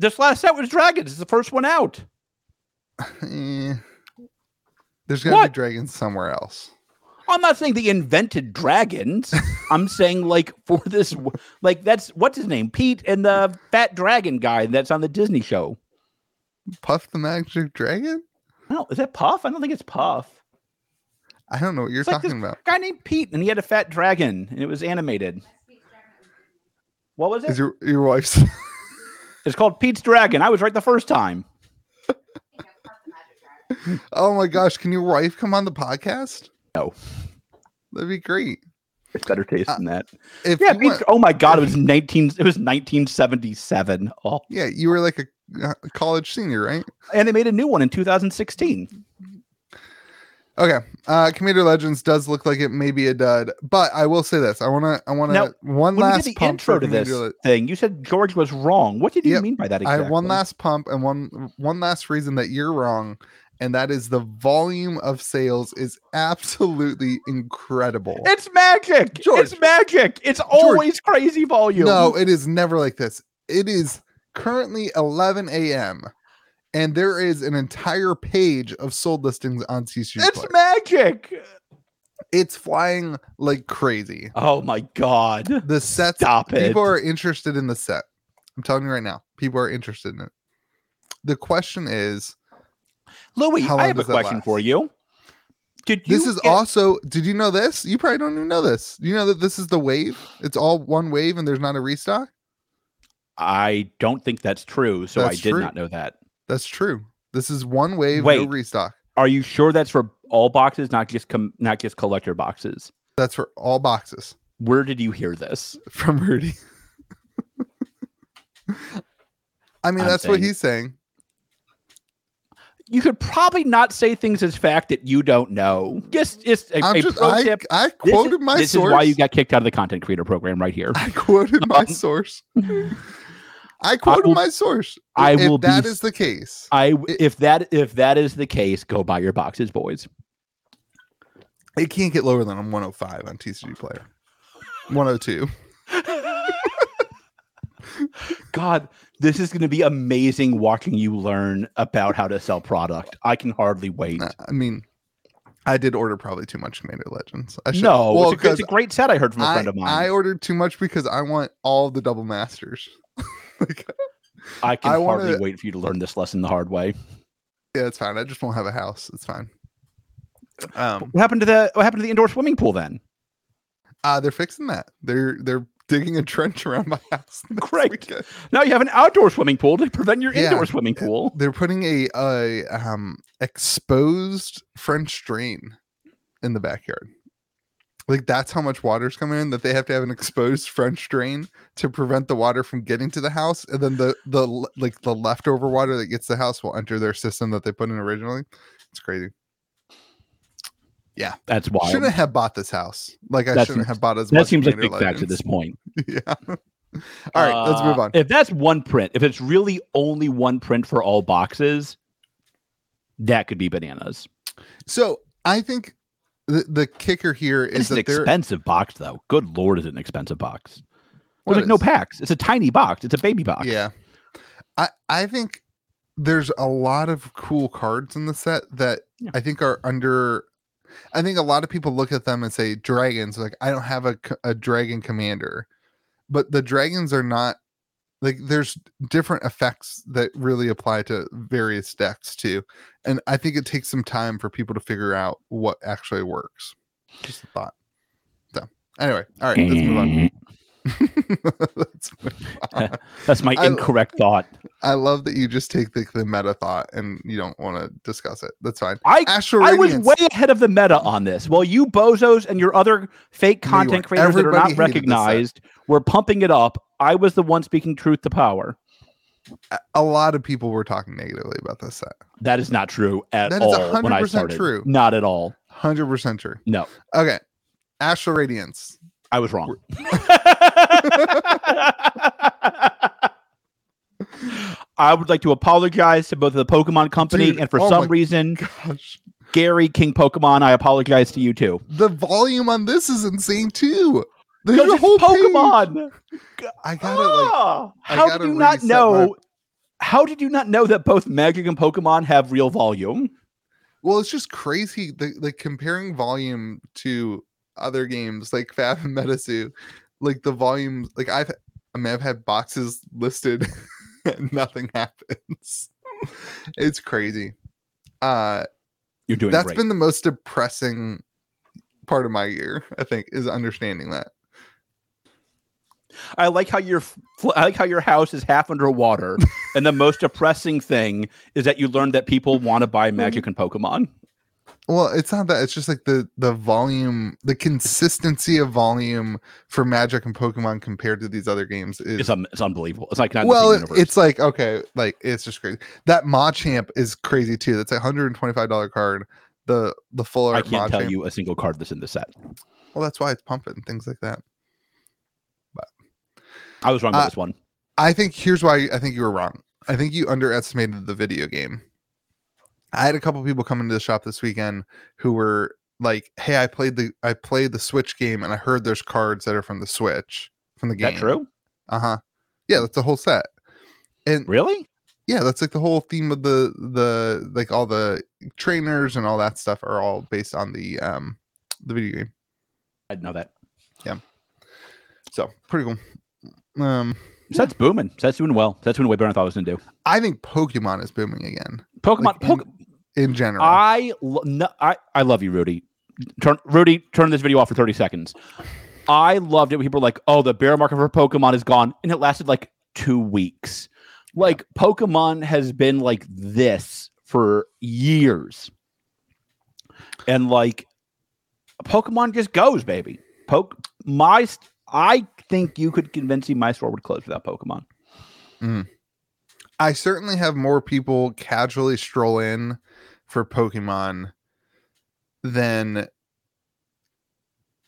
Speaker 1: This last set was dragons. It's the first one out.
Speaker 2: Eh. there's gonna
Speaker 1: What?
Speaker 2: be dragons somewhere else?
Speaker 1: I'm not saying they invented
Speaker 2: (laughs)
Speaker 1: dragons. I'm saying like for this, w- like that's what's his name, Pete and the fat dragon guy that's on the Disney show.
Speaker 2: Puff the magic dragon?
Speaker 1: No, is that Puff? I don't think it's Puff.
Speaker 2: I don't know what you're
Speaker 1: It's like
Speaker 2: talking
Speaker 1: this
Speaker 2: about.
Speaker 1: guy named Pete, and he had a fat dragon, and it was animated. What was it?
Speaker 2: Is your your wife's (laughs)
Speaker 1: it's called Pete's Dragon. I was right the first time.
Speaker 2: Oh my gosh, can your wife come on the podcast?
Speaker 1: No.
Speaker 2: That'd be great.
Speaker 1: It's better taste
Speaker 2: Uh,
Speaker 1: than that.
Speaker 2: If
Speaker 1: Yeah,
Speaker 2: you
Speaker 1: Pete's,
Speaker 2: want-
Speaker 1: oh my god, it was nineteen. It was nineteen seventy seven. Oh,
Speaker 2: yeah, you were like a uh, college senior, right?
Speaker 1: and they made a new one in two thousand sixteen.
Speaker 2: Okay. Uh Commander Legends does look like it may be a dud, but I will say this. I want to I want
Speaker 1: Now,
Speaker 2: to one
Speaker 1: When we
Speaker 2: last
Speaker 1: did the
Speaker 2: pump for
Speaker 1: intro to this
Speaker 2: Commander Le-
Speaker 1: thing, you said George was wrong. What did you
Speaker 2: Yep.
Speaker 1: mean by that?
Speaker 2: I
Speaker 1: Exactly?
Speaker 2: have one last pump and one one last reason that you're wrong, and that is the volume of sales is absolutely incredible.
Speaker 1: It's magic.
Speaker 2: George.
Speaker 1: It's magic. It's always crazy volume.
Speaker 2: No, it is never like this. It is currently 11 a.m. and there is an entire page of sold listings on TCG.
Speaker 1: it's
Speaker 2: Player.
Speaker 1: magic.
Speaker 2: it's flying like crazy.
Speaker 1: Oh my god.
Speaker 2: The sets
Speaker 1: Stop it.
Speaker 2: people are interested in the set. I'm telling you right now, people are interested in it. The question is,
Speaker 1: Louis,
Speaker 2: How
Speaker 1: I
Speaker 2: long
Speaker 1: have a
Speaker 2: does that
Speaker 1: question
Speaker 2: last?
Speaker 1: for you. Did you
Speaker 2: this is
Speaker 1: get-
Speaker 2: also. Did you know this? You probably don't even know this. You know that this is the wave. It's all one wave, and there's not a restock.
Speaker 1: I don't think that's true, so
Speaker 2: That's
Speaker 1: I did
Speaker 2: true.
Speaker 1: not know that.
Speaker 2: That's true. This is one wave, no
Speaker 1: Wait.
Speaker 2: restock.
Speaker 1: Are you sure that's for all boxes, not just com- not just collector boxes?
Speaker 2: That's for all boxes.
Speaker 1: Where did you hear this?
Speaker 2: from Rudy. I mean,
Speaker 1: I'm
Speaker 2: that's what
Speaker 1: saying-
Speaker 2: he's saying.
Speaker 1: You could probably not say things as fact that you don't know. Just, just a,
Speaker 2: I'm
Speaker 1: a
Speaker 2: just,
Speaker 1: pro
Speaker 2: I,
Speaker 1: tip.
Speaker 2: I
Speaker 1: This
Speaker 2: quoted
Speaker 1: is-
Speaker 2: my
Speaker 1: this
Speaker 2: source.
Speaker 1: is why you got kicked out of the content creator program right
Speaker 2: (laughs)
Speaker 1: here.
Speaker 2: I quoted my
Speaker 1: Um,
Speaker 2: source. I quoted
Speaker 1: will-
Speaker 2: my source.
Speaker 1: I
Speaker 2: if
Speaker 1: will be
Speaker 2: that
Speaker 1: s-
Speaker 2: is the case.
Speaker 1: I if that if that is the case, go buy your boxes, boys.
Speaker 2: It can't get lower than a 105 on TCG Player.
Speaker 1: (laughs)
Speaker 2: 102.
Speaker 1: (laughs) God, this is going to be amazing watching you learn about how to sell product. I can hardly wait.
Speaker 2: Nah, I mean, I did order probably too much Commander Legends. I should.
Speaker 1: No, it's, a,
Speaker 2: well,
Speaker 1: it's
Speaker 2: because
Speaker 1: a great set I heard from a
Speaker 2: I,
Speaker 1: friend of
Speaker 2: I
Speaker 1: mine.
Speaker 2: ordered too much because I want all the double masters. like,
Speaker 1: I, can
Speaker 2: I
Speaker 1: hardly
Speaker 2: wanna- Hmm.
Speaker 1: wait for you to learn this lesson the hard way.
Speaker 2: yeah, it's fine. I just won't have a house. It's fine. Um,
Speaker 1: What happened to the What happened to the indoor swimming pool then?
Speaker 2: uh, they're fixing that. They're they're digging a trench around my (laughs) house. this
Speaker 1: Great.
Speaker 2: weekend.
Speaker 1: Now you have an outdoor swimming pool to prevent your
Speaker 2: Yeah.
Speaker 1: indoor swimming pool.
Speaker 2: They're putting a, a um exposed French drain in the backyard. Like that's how much water's coming in that they have to have an exposed French drain to prevent the water from getting to the house, and then the the le- like the leftover water that gets to the house will enter their system that they put in originally. It's crazy.
Speaker 1: That's wild.
Speaker 2: Shouldn't have bought this house. Like I
Speaker 1: That
Speaker 2: shouldn't
Speaker 1: seems-
Speaker 2: have bought as much.
Speaker 1: that seems like big
Speaker 2: Commander
Speaker 1: facts at this
Speaker 2: Legends.
Speaker 1: point.
Speaker 2: (laughs) yeah. All right, let's move
Speaker 1: Uh,
Speaker 2: on.
Speaker 1: If that's one print, if it's really only one print for all boxes, that could be bananas.
Speaker 2: So I think the the kicker here is
Speaker 1: It's an
Speaker 2: that they're
Speaker 1: expensive box, though. Good lord, is it an expensive box?
Speaker 2: What
Speaker 1: There's like no
Speaker 2: is?
Speaker 1: packs. It's a tiny box. It's a baby box.
Speaker 2: yeah. I I think there's a lot of cool cards in the set that
Speaker 1: Yeah.
Speaker 2: I think are under. I think a lot of people look at them and say dragons. Like I don't have a c- a dragon commander, but the dragons are not like there's different effects that really apply to various decks too, and I think it takes some time for people to figure out what actually works. Just a thought. So anyway, all right, let's move on. (laughs) Let's move on.
Speaker 1: (laughs) That's my
Speaker 2: I-
Speaker 1: incorrect thought.
Speaker 2: I love that you just take the, the meta thought and you don't want to discuss it. That's fine.
Speaker 1: I
Speaker 2: Astral
Speaker 1: I was
Speaker 2: Radiance.
Speaker 1: way ahead of the meta on this. Well, you bozos and your other fake
Speaker 2: No, you
Speaker 1: content
Speaker 2: weren't.
Speaker 1: creators that are
Speaker 2: Everybody
Speaker 1: not
Speaker 2: hated this set.
Speaker 1: recognized were pumping it up. I was the one speaking truth to power.
Speaker 2: A- a lot of people were talking negatively about this set.
Speaker 1: That is not true at
Speaker 2: That is
Speaker 1: all. when I
Speaker 2: 100%
Speaker 1: started,
Speaker 2: true.
Speaker 1: not at all.
Speaker 2: Hundred percent true.
Speaker 1: No.
Speaker 2: Okay. Astral Radiance.
Speaker 1: I was wrong. (laughs) I would like to apologize to both the Pokemon Company
Speaker 2: Dude,
Speaker 1: and for
Speaker 2: oh
Speaker 1: some
Speaker 2: my-
Speaker 1: reason,
Speaker 2: (laughs) Gosh,
Speaker 1: Gary King Pokemon. I apologize to you too.
Speaker 2: the volume on this is insane too. There's
Speaker 1: Because
Speaker 2: a
Speaker 1: it's
Speaker 2: whole page.
Speaker 1: Pokemon.
Speaker 2: I gotta like.
Speaker 1: Ah,
Speaker 2: I
Speaker 1: how
Speaker 2: gotta
Speaker 1: did you not
Speaker 2: reset
Speaker 1: know? How did you not know that both Magic and Pokemon have real volume?
Speaker 2: Well, it's just crazy. The like comparing volume to other games like Fab and Metasu, like the volume. Like I've, I mean, I've had boxes listed, (laughs) and nothing happens. it's crazy. Uh,
Speaker 1: You're doing
Speaker 2: that's
Speaker 1: great.
Speaker 2: been the most depressing part of my year. I think is understanding that.
Speaker 1: I like how your fl- I like how your house is half
Speaker 2: (laughs)
Speaker 1: underwater, and the most depressing thing is that you learned that people want to buy
Speaker 2: Mm-hmm.
Speaker 1: Magic and Pokemon.
Speaker 2: Well, it's not that. It's just like the the volume, the consistency of volume for Magic and Pokemon compared to these other games is
Speaker 1: It's, un- it's unbelievable. It's like not in the same
Speaker 2: well it-
Speaker 1: universe.
Speaker 2: it's like okay like it's just crazy that machamp is crazy too that's a $125 card the the full
Speaker 1: I
Speaker 2: art
Speaker 1: can't
Speaker 2: machamp
Speaker 1: tell you a single card that's in the set.
Speaker 2: well that's why it's pumping things like that
Speaker 1: I was wrong about
Speaker 2: Uh,
Speaker 1: this one.
Speaker 2: i think here's why i think you were wrong i think you underestimated the video game i had a couple people come into the shop this weekend who were like hey i played the i played the switch game and i heard there's cards that are from the switch from the
Speaker 1: Is that
Speaker 2: game
Speaker 1: true?
Speaker 2: uh-huh yeah that's the whole set and
Speaker 1: Really?
Speaker 2: yeah that's like the whole theme of the the like all the trainers and all that stuff are all based on the um the video game
Speaker 1: I didn't know that.
Speaker 2: so pretty cool um
Speaker 1: Set's booming. Set's doing well. Set's doing way better than I thought it was going to do.
Speaker 2: i think pokemon is booming again
Speaker 1: Pokemon.
Speaker 2: Like, in
Speaker 1: Poke-
Speaker 2: in general
Speaker 1: I, lo- no, I I love you, Rudy. Turn Rudy, turn this video off for thirty seconds. I loved it when people were like, "Oh, the bear market for Pokemon is gone," and it lasted like two weeks. Like Pokemon has been like this for years, and like Pokemon just goes, baby. Poke my st- I think you could convince me my store would close without Pokemon.
Speaker 2: I certainly have more people casually stroll in for Pokemon than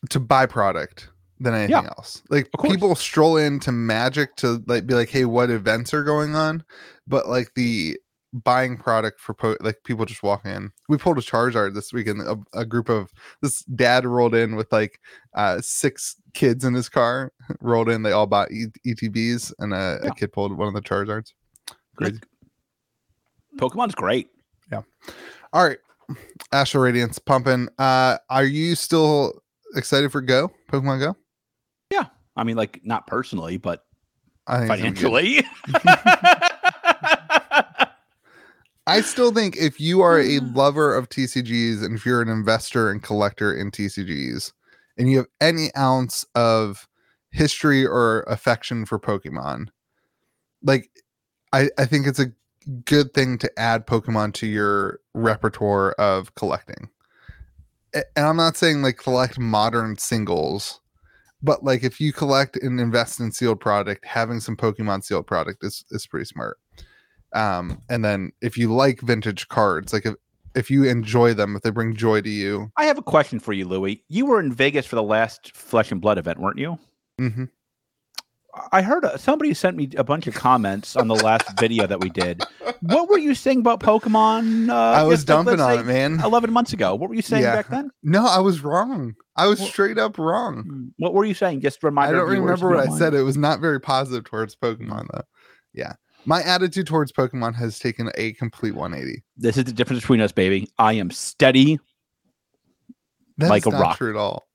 Speaker 2: to buy product than anything else. Like
Speaker 1: Of course.
Speaker 2: people stroll in to Magic to like be like, "Hey, what events are going on?" But like the buying product for po- like people just walk in. We pulled a Charizard this weekend. A, a group of this dad rolled in with like uh six kids in his car (laughs) rolled in. They all bought e- ETBs, and a,
Speaker 1: Yeah.
Speaker 2: a kid pulled one of the Charizards. Crazy.
Speaker 1: Pokemon's great.
Speaker 2: All right. Astral Radiance pumping. Uh are you still excited for Go? Pokemon Go?
Speaker 1: I mean, like not personally, but
Speaker 2: I think it's gonna be good.
Speaker 1: financially.
Speaker 2: I still think if you are a lover of TCGs and if you're an investor and collector in TCGs and you have any ounce of history or affection for Pokemon, like I, I think it's a good thing to add Pokemon to your repertoire of collecting. A- And I'm not saying like collect modern singles, but like if you collect and invest in sealed product, having some Pokemon sealed product is is pretty smart um and then if you like vintage cards like if if you enjoy them if they bring joy to you
Speaker 1: (laughs) I have a question for you, Louis. You were in Vegas for the last Flesh and Blood event, weren't you?
Speaker 2: Mhm.
Speaker 1: I heard uh, somebody sent me a bunch of comments on the last (laughs) video that we did. What were you saying about Pokemon? Uh,
Speaker 2: i
Speaker 1: yes,
Speaker 2: was
Speaker 1: like,
Speaker 2: dumping
Speaker 1: let's
Speaker 2: on
Speaker 1: say
Speaker 2: it man
Speaker 1: 11 months ago. What were you saying
Speaker 2: Yeah.
Speaker 1: back then?
Speaker 2: no i was wrong i was
Speaker 1: Well-
Speaker 2: straight up wrong
Speaker 1: What were you saying? Just remind
Speaker 2: i
Speaker 1: our
Speaker 2: don't
Speaker 1: viewers, if
Speaker 2: remember
Speaker 1: you
Speaker 2: what i
Speaker 1: don't
Speaker 2: said
Speaker 1: mind.
Speaker 2: it was not very positive towards pokemon though yeah my attitude towards pokemon has taken a complete 180
Speaker 1: This is the difference between us, baby. I am steady.
Speaker 2: that's
Speaker 1: Like a
Speaker 2: not
Speaker 1: rock.
Speaker 2: true at all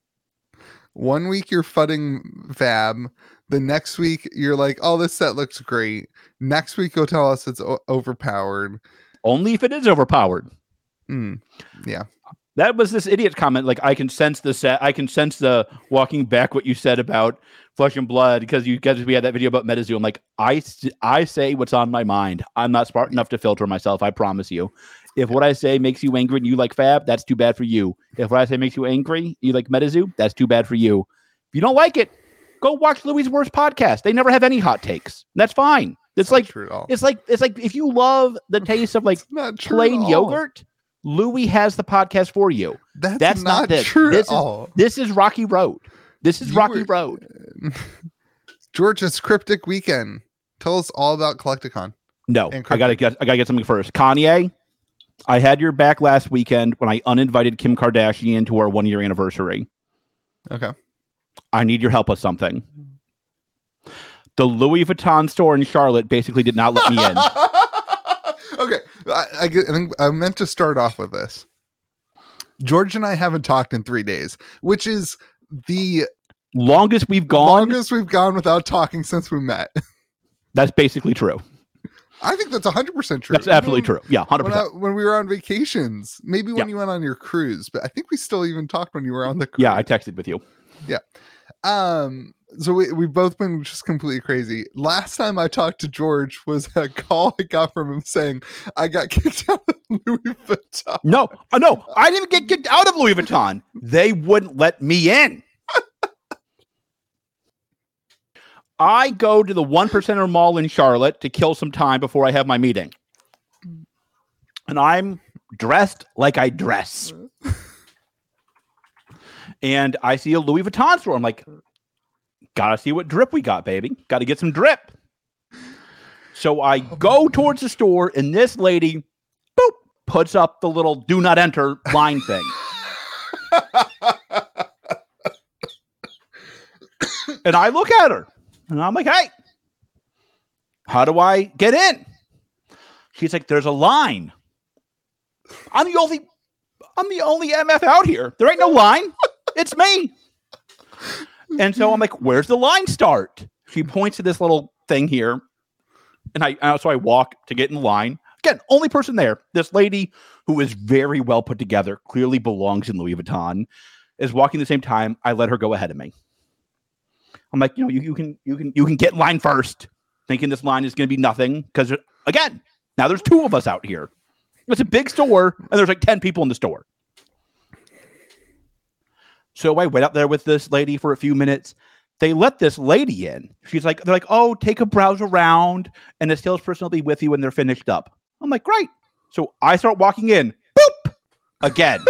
Speaker 2: one week you're fudding fab the next week you're like oh this set looks great next week you'll tell us it's o- overpowered
Speaker 1: Only if it is overpowered.
Speaker 2: Mm.
Speaker 1: That was this idiot comment. Like I can sense the set. I can sense the walking back what you said about flesh and blood because you guys we had that video about MetaZoo. I'm like I s- I say what's on my mind. I'm not smart enough to filter myself. I promise you. If what I say makes you angry and you like Fab, that's too bad for you. If what I say makes you angry, you like MetaZoo, that's too bad for you. If you don't like it, go watch Louis' worst podcast. They never have any hot takes. That's fine. It's
Speaker 2: not
Speaker 1: like
Speaker 2: true at all
Speaker 1: it's like it's like if you love the taste of like
Speaker 2: It's not true at
Speaker 1: plain
Speaker 2: all.
Speaker 1: yogurt, Louis has the podcast for you.
Speaker 2: That's,
Speaker 1: That's not
Speaker 2: not,
Speaker 1: this.
Speaker 2: true
Speaker 1: This
Speaker 2: at
Speaker 1: is-
Speaker 2: all. (laughs)
Speaker 1: This is Rocky Road. This is
Speaker 2: You
Speaker 1: Rocky
Speaker 2: were-
Speaker 1: Road.
Speaker 2: George's cryptic weekend. Tell us all about Collecticon.
Speaker 1: No,
Speaker 2: and
Speaker 1: I gotta
Speaker 2: cryptic.
Speaker 1: get I gotta get something first. Kanye, I had your back last weekend when I uninvited Kim Kardashian to our one year anniversary.
Speaker 2: Okay.
Speaker 1: I need your help with something. The Louis Vuitton store in Charlotte basically did not let me
Speaker 2: (laughs)
Speaker 1: in.
Speaker 2: okay, I, I, get- I think I meant to start off with this. George and I haven't talked in three days, which is the
Speaker 1: Longest we've gone.
Speaker 2: longest we've gone without talking since we met.
Speaker 1: That's basically true.
Speaker 2: I think that's 100% true.
Speaker 1: That's absolutely true.
Speaker 2: Even
Speaker 1: Yeah, hundred
Speaker 2: When,
Speaker 1: percent.
Speaker 2: I- when we were on vacations, maybe
Speaker 1: Yeah.
Speaker 2: when you went on your cruise, but I think we still even talked when you were on the cruise.
Speaker 1: Yeah, I texted with you.
Speaker 2: um so we, we've both been just completely crazy last time i talked to george was a (laughs) call i got from him saying i got kicked out of (laughs) louis vuitton
Speaker 1: No, uh, no, I didn't get kicked out of Louis Vuitton. They wouldn't let me in. I go to the one percenter mall in Charlotte to kill some time before I have my meeting, and I'm dressed like I dress. And I see a Louis Vuitton store. I'm like, gotta see what drip we got, baby. Gotta get some drip. So I go towards the store, and this lady boop, puts up the little do not enter line thing. and I look at her and I'm like, hey, how do I get in? She's like, there's a line. I'm the only I'm the only MF out here. There ain't no line. It's me. And so I'm like, where's the line start? She points to this little thing here. And I uh, so I walk to get in line. Again, only person there, this lady who is very well put together, clearly belongs in Louis Vuitton, is walking the same time. I let her go ahead of me. I'm like, you know, you, you can you can you can get in line first, thinking this line is gonna be nothing. Cause again, now there's two of us out here. It's a big store, and there's like 10 people in the store. So I went out there with this lady for a few minutes. They let this lady in. She's like, they're like, oh, take a browse around, and the salesperson will be with you when they're finished up. I'm like, great. So I start walking in. Boop
Speaker 2: (laughs)
Speaker 1: again.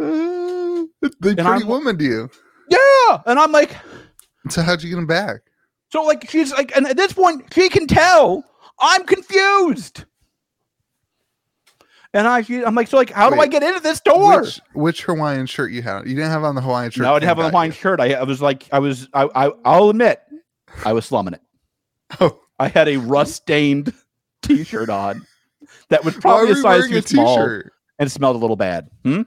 Speaker 2: Uh, they pretty
Speaker 1: I'm-
Speaker 2: woman to you.
Speaker 1: yeah, and I'm like,
Speaker 2: So how'd you get him back?
Speaker 1: so like she's like, and at this point she can tell I'm confused. And I, she, I'm like, so like, how do I
Speaker 2: Wait,
Speaker 1: get into this door?
Speaker 2: Which, which Hawaiian shirt you had? You didn't have on the Hawaiian shirt.
Speaker 1: no, I would
Speaker 2: thing
Speaker 1: have a
Speaker 2: got
Speaker 1: Hawaiian shirt. I, I was like, I was, I, I, I'll admit, I was slumming it.
Speaker 2: (laughs) Oh.
Speaker 1: I had a rust stained T-shirt on that was
Speaker 2: you. Why were
Speaker 1: probably a
Speaker 2: you
Speaker 1: size
Speaker 2: wearing
Speaker 1: too
Speaker 2: a
Speaker 1: small
Speaker 2: t-shirt? (laughs)
Speaker 1: and smelled a little bad. Hmm?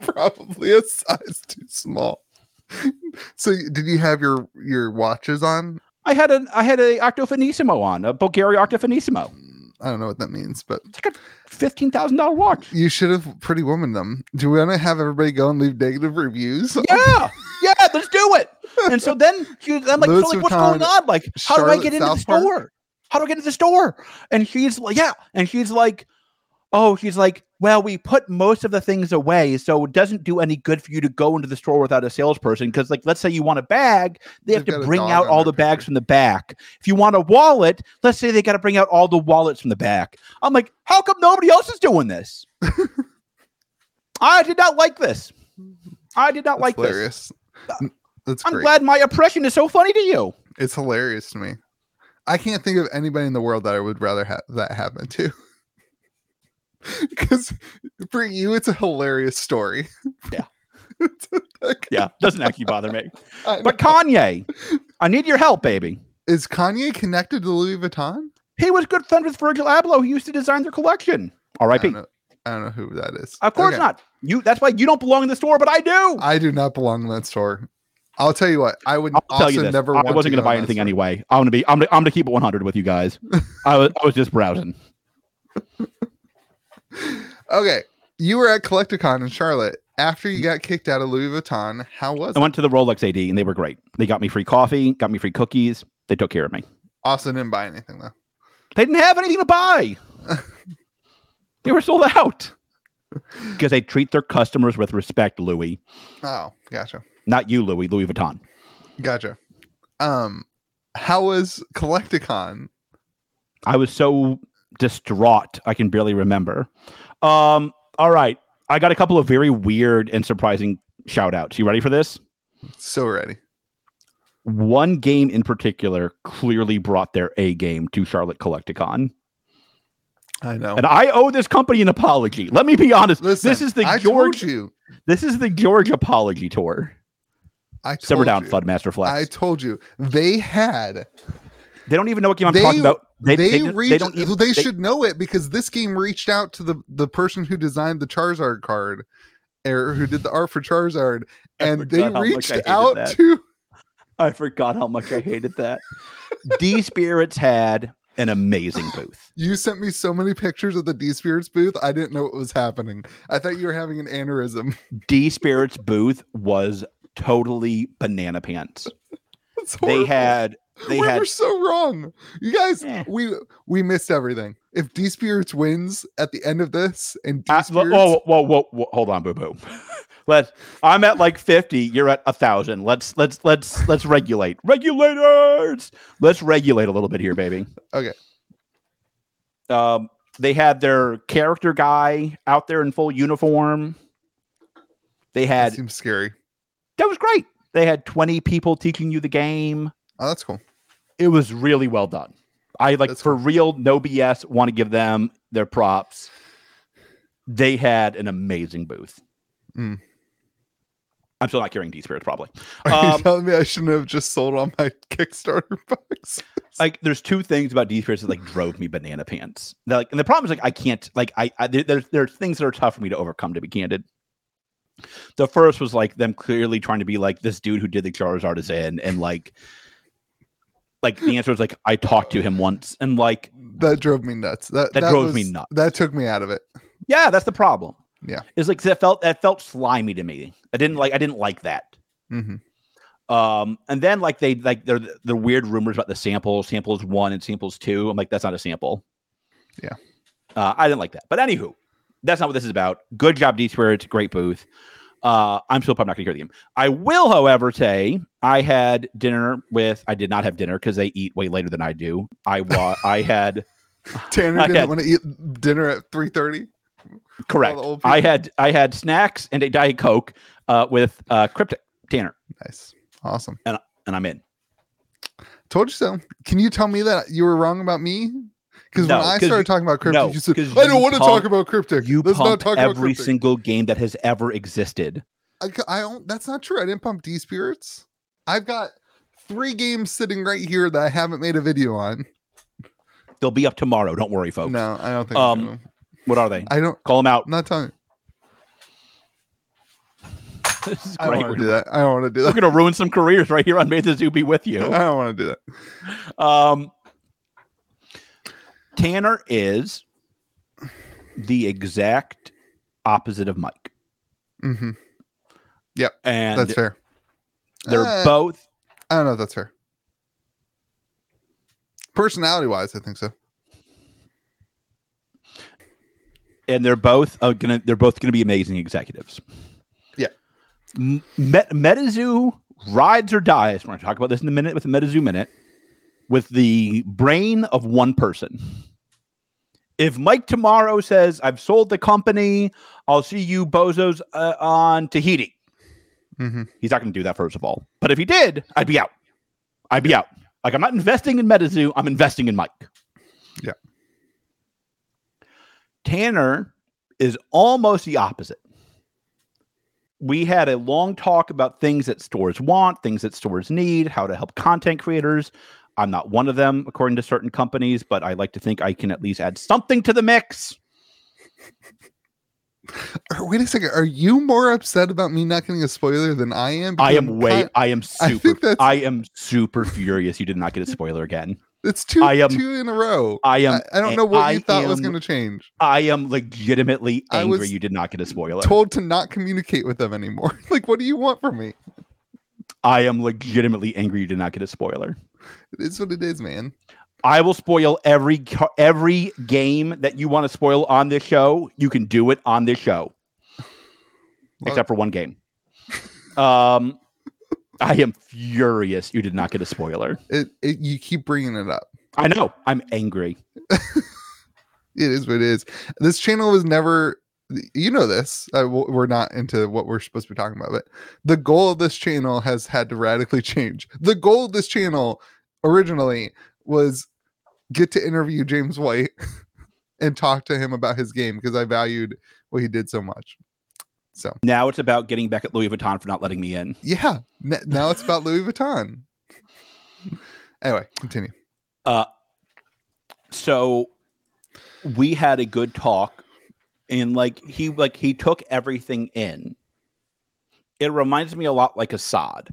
Speaker 2: Probably a size too small. (laughs) So y- did you have your your watches on?
Speaker 1: I had an, I had a Octofinissimo on, a Bulgari Octofinissimo.
Speaker 2: I don't know what that means, but
Speaker 1: It's like a fifteen thousand dollar watch.
Speaker 2: you should have pretty woman them. Do we want to have everybody go and leave negative reviews?
Speaker 1: Yeah, yeah, let's do it. And so then she, I'm like, so
Speaker 2: Louis
Speaker 1: like, what's
Speaker 2: Vuitton,
Speaker 1: going on? Like, how do I
Speaker 2: Charlotte
Speaker 1: get into the
Speaker 2: South Park?
Speaker 1: store? How do I get into the store? And she's like, yeah, and she's like, oh, she's like, well, we put most of the things away, so it doesn't do any good for you to go into the store without a salesperson because, like, let's say you want a bag, they have
Speaker 2: They've
Speaker 1: to
Speaker 2: got a
Speaker 1: bring
Speaker 2: dog
Speaker 1: out
Speaker 2: on
Speaker 1: all the
Speaker 2: their
Speaker 1: bags
Speaker 2: picture.
Speaker 1: from the back. If you want a wallet, let's say they got to bring out all the wallets from the back. I'm like, how come nobody else is doing
Speaker 2: (laughs)
Speaker 1: this? I did not like this. I did not like
Speaker 2: That's
Speaker 1: this. Uh,
Speaker 2: hilarious. N- That's
Speaker 1: I'm
Speaker 2: great.
Speaker 1: glad my oppression is so funny to you.
Speaker 2: It's hilarious to me. I can't think of anybody in the world that I would rather have that happen to. (laughs) Because for you, it's a hilarious story.
Speaker 1: Yeah.
Speaker 2: It's (laughs) like-
Speaker 1: Yeah, doesn't actually bother
Speaker 2: (laughs)
Speaker 1: me.
Speaker 2: I
Speaker 1: But
Speaker 2: know.
Speaker 1: Kanye, I need your help, baby.
Speaker 2: is Kanye connected to Louis Vuitton?
Speaker 1: He was good friends with Virgil Abloh, who used to design their collection.
Speaker 2: I
Speaker 1: R.I.P.
Speaker 2: don't, know, I don't know who that is.
Speaker 1: Of course
Speaker 2: Okay.
Speaker 1: not. You. That's why you don't belong in the store, but I do.
Speaker 2: I do not belong in that store. I'll tell you what. I would
Speaker 1: I'll
Speaker 2: also
Speaker 1: tell you this.
Speaker 2: never.
Speaker 1: I
Speaker 2: want
Speaker 1: wasn't going
Speaker 2: to
Speaker 1: to
Speaker 2: go
Speaker 1: buy
Speaker 2: in that
Speaker 1: anything
Speaker 2: store.
Speaker 1: anyway. I'm going to be. I'm. Gonna, I'm going to keep it 100 with you
Speaker 2: (laughs)
Speaker 1: guys. I was. I was just browsing.
Speaker 2: Okay, you were at Collecticon in Charlotte after you got kicked out of Louis Vuitton. How was
Speaker 1: I
Speaker 2: it?
Speaker 1: went to the Rolex AD, and they were great. They got me free coffee, got me free cookies. They took care of me.
Speaker 2: Also, didn't buy anything though.
Speaker 1: They didn't have anything to buy. they were sold out because they treat their customers with respect, Louis.
Speaker 2: Oh, gotcha,
Speaker 1: Not you, Louis. Louis Vuitton.
Speaker 2: gotcha. Um, how was Collecticon?
Speaker 1: I was so distraught. I can barely remember. Um, all right. I got a couple of very weird and surprising shout outs. You ready for this?
Speaker 2: So ready.
Speaker 1: One game in particular clearly brought their A game to Charlotte Collecticon.
Speaker 2: I know.
Speaker 1: And I owe this company an apology. Let me be honest.
Speaker 2: Listen,
Speaker 1: this is the
Speaker 2: I
Speaker 1: George
Speaker 2: told you.
Speaker 1: this is the George apology tour.
Speaker 2: I told
Speaker 1: Simmer down,
Speaker 2: you.
Speaker 1: Floodmaster Flex.
Speaker 2: I told you they had
Speaker 1: they don't even know what game I'm
Speaker 2: They-
Speaker 1: talking about.
Speaker 2: they,
Speaker 1: They, they, don't-
Speaker 2: reached.
Speaker 1: they don't even,
Speaker 2: they, should know it because this game reached out to the the person who designed the Charizard card, or who did the art for Charizard,
Speaker 1: I
Speaker 2: and they
Speaker 1: forgot how much I
Speaker 2: reached
Speaker 1: hated
Speaker 2: out
Speaker 1: that.
Speaker 2: to.
Speaker 1: I forgot how much I hated
Speaker 2: (laughs)
Speaker 1: that. D Spirits had an amazing booth.
Speaker 2: You sent me so many pictures of the D Spirits booth. I didn't know what was happening. I thought you were having an aneurysm. (laughs)
Speaker 1: D Spirit's booth was totally banana pants.
Speaker 2: It's
Speaker 1: They
Speaker 2: horrible.
Speaker 1: had they
Speaker 2: we were
Speaker 1: had
Speaker 2: so wrong. You guys,
Speaker 1: Eh.
Speaker 2: we we missed everything. If D Spirits wins at the end of this, and D
Speaker 1: uh,
Speaker 2: Spirits,
Speaker 1: lo- oh whoa, whoa whoa hold on boo boo. (laughs) Let's I'm at like 50, you're at a thousand. Let's let's let's let's regulate. Regulators. Let's regulate a little bit here, baby.
Speaker 2: Okay.
Speaker 1: Um they had their character guy out there in full uniform. They had
Speaker 2: that seems scary.
Speaker 1: that was great. They had 20 people teaching you the game.
Speaker 2: Oh, that's cool. (laughs)
Speaker 1: it was really well done. I like
Speaker 2: That's
Speaker 1: for real, no BS. Want to give them their props. They had an amazing booth.
Speaker 2: Mm.
Speaker 1: I'm still not carrying D Spirits, probably.
Speaker 2: Are
Speaker 1: Um,
Speaker 2: you telling me I shouldn't have just sold all my (laughs) Kickstarter box?
Speaker 1: Like, there's two things about D Spirits that like drove me banana pants. They're, like, and the problem is like I can't like I, I there- there's there's things that are tough for me to overcome. To be candid, the first was like them clearly trying to be like this dude who did the Charizard is in, and like, like the answer was like I talked to him once, and like
Speaker 2: That drove me nuts. That
Speaker 1: That drove me nuts.
Speaker 2: That took me out of it.
Speaker 1: Yeah, that's the problem.
Speaker 2: Yeah.
Speaker 1: it's like that felt that felt slimy to me. I didn't like I didn't like that.
Speaker 2: hmm
Speaker 1: Um, and then like they like they're the weird rumors about the samples, samples one and samples two. I'm like, that's not a sample.
Speaker 2: Yeah.
Speaker 1: uh, I didn't like that. But anywho, That's not what this is about. Good job, D Square. It's a great booth. Uh, I'm still probably not going to hear them. I will, however, say I had dinner with. I did not have dinner because they eat way later than I do. I wa- I had
Speaker 2: Tanner
Speaker 1: (laughs) I
Speaker 2: didn't
Speaker 1: had-
Speaker 2: want to eat dinner at three thirty.
Speaker 1: correct.
Speaker 2: old
Speaker 1: I
Speaker 2: people.
Speaker 1: had I had snacks and a diet coke uh, with uh, cryptic Tanner,
Speaker 2: Nice, awesome.
Speaker 1: and I'm in.
Speaker 2: Told you so. Can you tell me that you were wrong about me? Because
Speaker 1: No,
Speaker 2: when I
Speaker 1: 'cause
Speaker 2: started
Speaker 1: you-
Speaker 2: talking about cryptic,
Speaker 1: no,
Speaker 2: you said
Speaker 1: 'cause
Speaker 2: I don't
Speaker 1: you
Speaker 2: want to talk
Speaker 1: pump-
Speaker 2: about cryptic.
Speaker 1: You
Speaker 2: Let's not
Speaker 1: pumped
Speaker 2: talk about
Speaker 1: every
Speaker 2: cryptic.
Speaker 1: single game that has ever existed.
Speaker 2: I, c- I don't. That's not true. I didn't pump D spirits. I've got three games sitting right here that I haven't made a video on.
Speaker 1: They'll be up tomorrow. Don't worry, folks.
Speaker 2: No, I don't think.
Speaker 1: Um,
Speaker 2: so.
Speaker 1: What are they?
Speaker 2: I don't.
Speaker 1: Call them out.
Speaker 2: I'm not telling.
Speaker 1: this is
Speaker 2: (laughs) I don't
Speaker 1: great.
Speaker 2: want
Speaker 1: We're,
Speaker 2: to do that. I don't want to
Speaker 1: (laughs)
Speaker 2: do
Speaker 1: we're
Speaker 2: that.
Speaker 1: gonna ruin some careers right here on May the Zoo be with you.
Speaker 2: (laughs) I don't want to do that.
Speaker 1: Um, Tanner is the exact opposite of Mike,
Speaker 2: hmm
Speaker 1: and
Speaker 2: That's fair.
Speaker 1: they're
Speaker 2: Uh,
Speaker 1: both
Speaker 2: I don't know if that's fair. Personality wise, I think so.
Speaker 1: and they're both uh, gonna they're both gonna be amazing executives.
Speaker 2: Yeah.
Speaker 1: M- Met- MetaZoo rides or dies. We're gonna talk about this in a minute with the MetaZoo minute with the brain of one person. If Mike tomorrow says, "I've sold the company," I'll see you bozos uh, on Tahiti.
Speaker 2: hmm
Speaker 1: He's not going to do that, first of all. But if he did, I'd be out. I'd be out. Like, I'm not investing in MetaZoo. I'm investing in Mike.
Speaker 2: Yeah.
Speaker 1: Tanner is almost the opposite. We had a long talk about things that stores want, things that stores need, how to help content creators. I'm not one of them, according to certain companies, but I like to think I can at least add something to the mix.
Speaker 2: Wait a second. Are you more upset about me not getting a spoiler than I am?
Speaker 1: I
Speaker 2: Because
Speaker 1: am way,
Speaker 2: ki-
Speaker 1: I am
Speaker 2: I
Speaker 1: super,
Speaker 2: think that's-
Speaker 1: I am super furious. You did not get a spoiler again.
Speaker 2: It's two.
Speaker 1: I am-
Speaker 2: two in a row.
Speaker 1: I am.
Speaker 2: I, I don't know what
Speaker 1: I
Speaker 2: you thought was
Speaker 1: am-
Speaker 2: going to change.
Speaker 1: I am legitimately
Speaker 2: I
Speaker 1: angry
Speaker 2: was
Speaker 1: you did not get a spoiler.
Speaker 2: Told to not communicate with them anymore. (laughs) like, what do you want from me?
Speaker 1: I am legitimately angry you did not get a spoiler.
Speaker 2: It is what it is, man.
Speaker 1: I will spoil every co- every game that you want to spoil on this show. You can do it on this show,
Speaker 2: (laughs) Well-
Speaker 1: except for one game. Um, I am furious you did not get a spoiler.
Speaker 2: It, it you keep bringing it up.
Speaker 1: I know. I'm angry.
Speaker 2: It is what it is. This channel was never. You know this. Uh, w- we're not into what we're supposed to be talking about, but the goal of this channel has had to radically (laughs) change. The goal of this channel originally was get to interview James White (laughs) and talk to him about his game because I valued what he did so much. So
Speaker 1: Now it's about getting back at Louis Vuitton for not letting me in.
Speaker 2: yeah, n- now it's about Louis Vuitton. Anyway, continue.
Speaker 1: so we had a good talk and like he like he took everything in it reminds me a lot like assad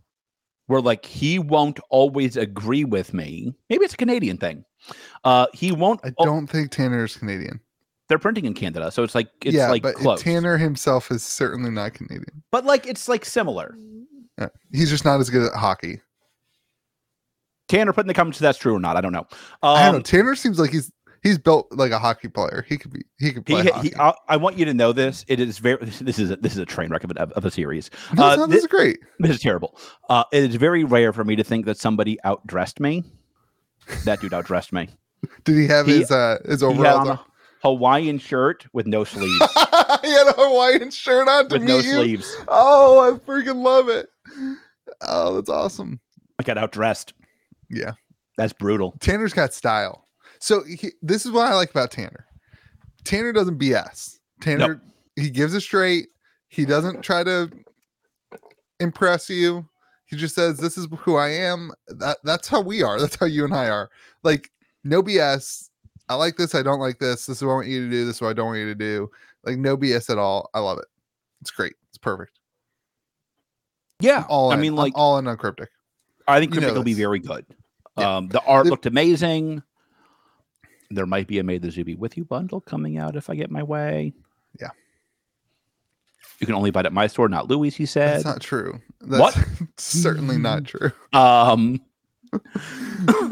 Speaker 1: where like he won't always agree with me maybe it's a canadian thing uh he won't
Speaker 2: I
Speaker 1: oh,
Speaker 2: don't think Tanner is Canadian.
Speaker 1: they're printing in canada so it's like it's
Speaker 2: yeah,
Speaker 1: like
Speaker 2: but
Speaker 1: close
Speaker 2: Tanner himself is certainly not Canadian.
Speaker 1: but like it's like similar
Speaker 2: Uh, He's just not as good at hockey.
Speaker 1: tanner put in the comments if that's true or not i don't know um
Speaker 2: I don't know. Tanner seems like he's he's built like a hockey player. He could be. He could
Speaker 1: he,
Speaker 2: play.
Speaker 1: he,
Speaker 2: hockey.
Speaker 1: I, I want you to know this. It is very. (laughs) This is a, this is a train wreck of a, of a series.
Speaker 2: No,
Speaker 1: uh,
Speaker 2: it's not-
Speaker 1: thi-
Speaker 2: this is great.
Speaker 1: This is terrible. Uh, it is very rare for me to think that somebody outdressed me. That dude outdressed
Speaker 2: (laughs)
Speaker 1: me.
Speaker 2: Did he have
Speaker 1: he-
Speaker 2: his uh his
Speaker 1: he had on
Speaker 2: overalls? on?
Speaker 1: a Hawaiian shirt with no sleeves.
Speaker 2: (laughs) he had a Hawaiian shirt on to
Speaker 1: with
Speaker 2: meet
Speaker 1: no
Speaker 2: you.
Speaker 1: sleeves.
Speaker 2: Oh, I freaking love it. Oh, that's awesome.
Speaker 1: I got outdressed.
Speaker 2: Yeah.
Speaker 1: That's brutal.
Speaker 2: Tanner's got style. So he, this is what I like about Tanner. Tanner doesn't BS. Tanner he gives it straight. He doesn't try to impress you. He just says, "This is who I am." That that's how we are. (laughs) That's how you and I are. Like no BS. I like this. I don't like this. This is what I want you to do. This is what I don't want you to do. Like no BS at all. I love it. It's great. It's perfect.
Speaker 1: Yeah.
Speaker 2: All
Speaker 1: I
Speaker 2: in.
Speaker 1: mean,
Speaker 2: I'm
Speaker 1: like,
Speaker 2: all in on cryptic.
Speaker 1: I think
Speaker 2: you know
Speaker 1: Cryptic will be
Speaker 2: this.
Speaker 1: very good.
Speaker 2: Yeah.
Speaker 1: Um, the art
Speaker 2: The-
Speaker 1: looked amazing. There might be a May the Zuby with you bundle coming out if I get my way.
Speaker 2: Yeah.
Speaker 1: You can only buy it at my store, not Louis, he said.
Speaker 2: That's (laughs) not true. That's
Speaker 1: What?
Speaker 2: (laughs) certainly not true.
Speaker 1: um,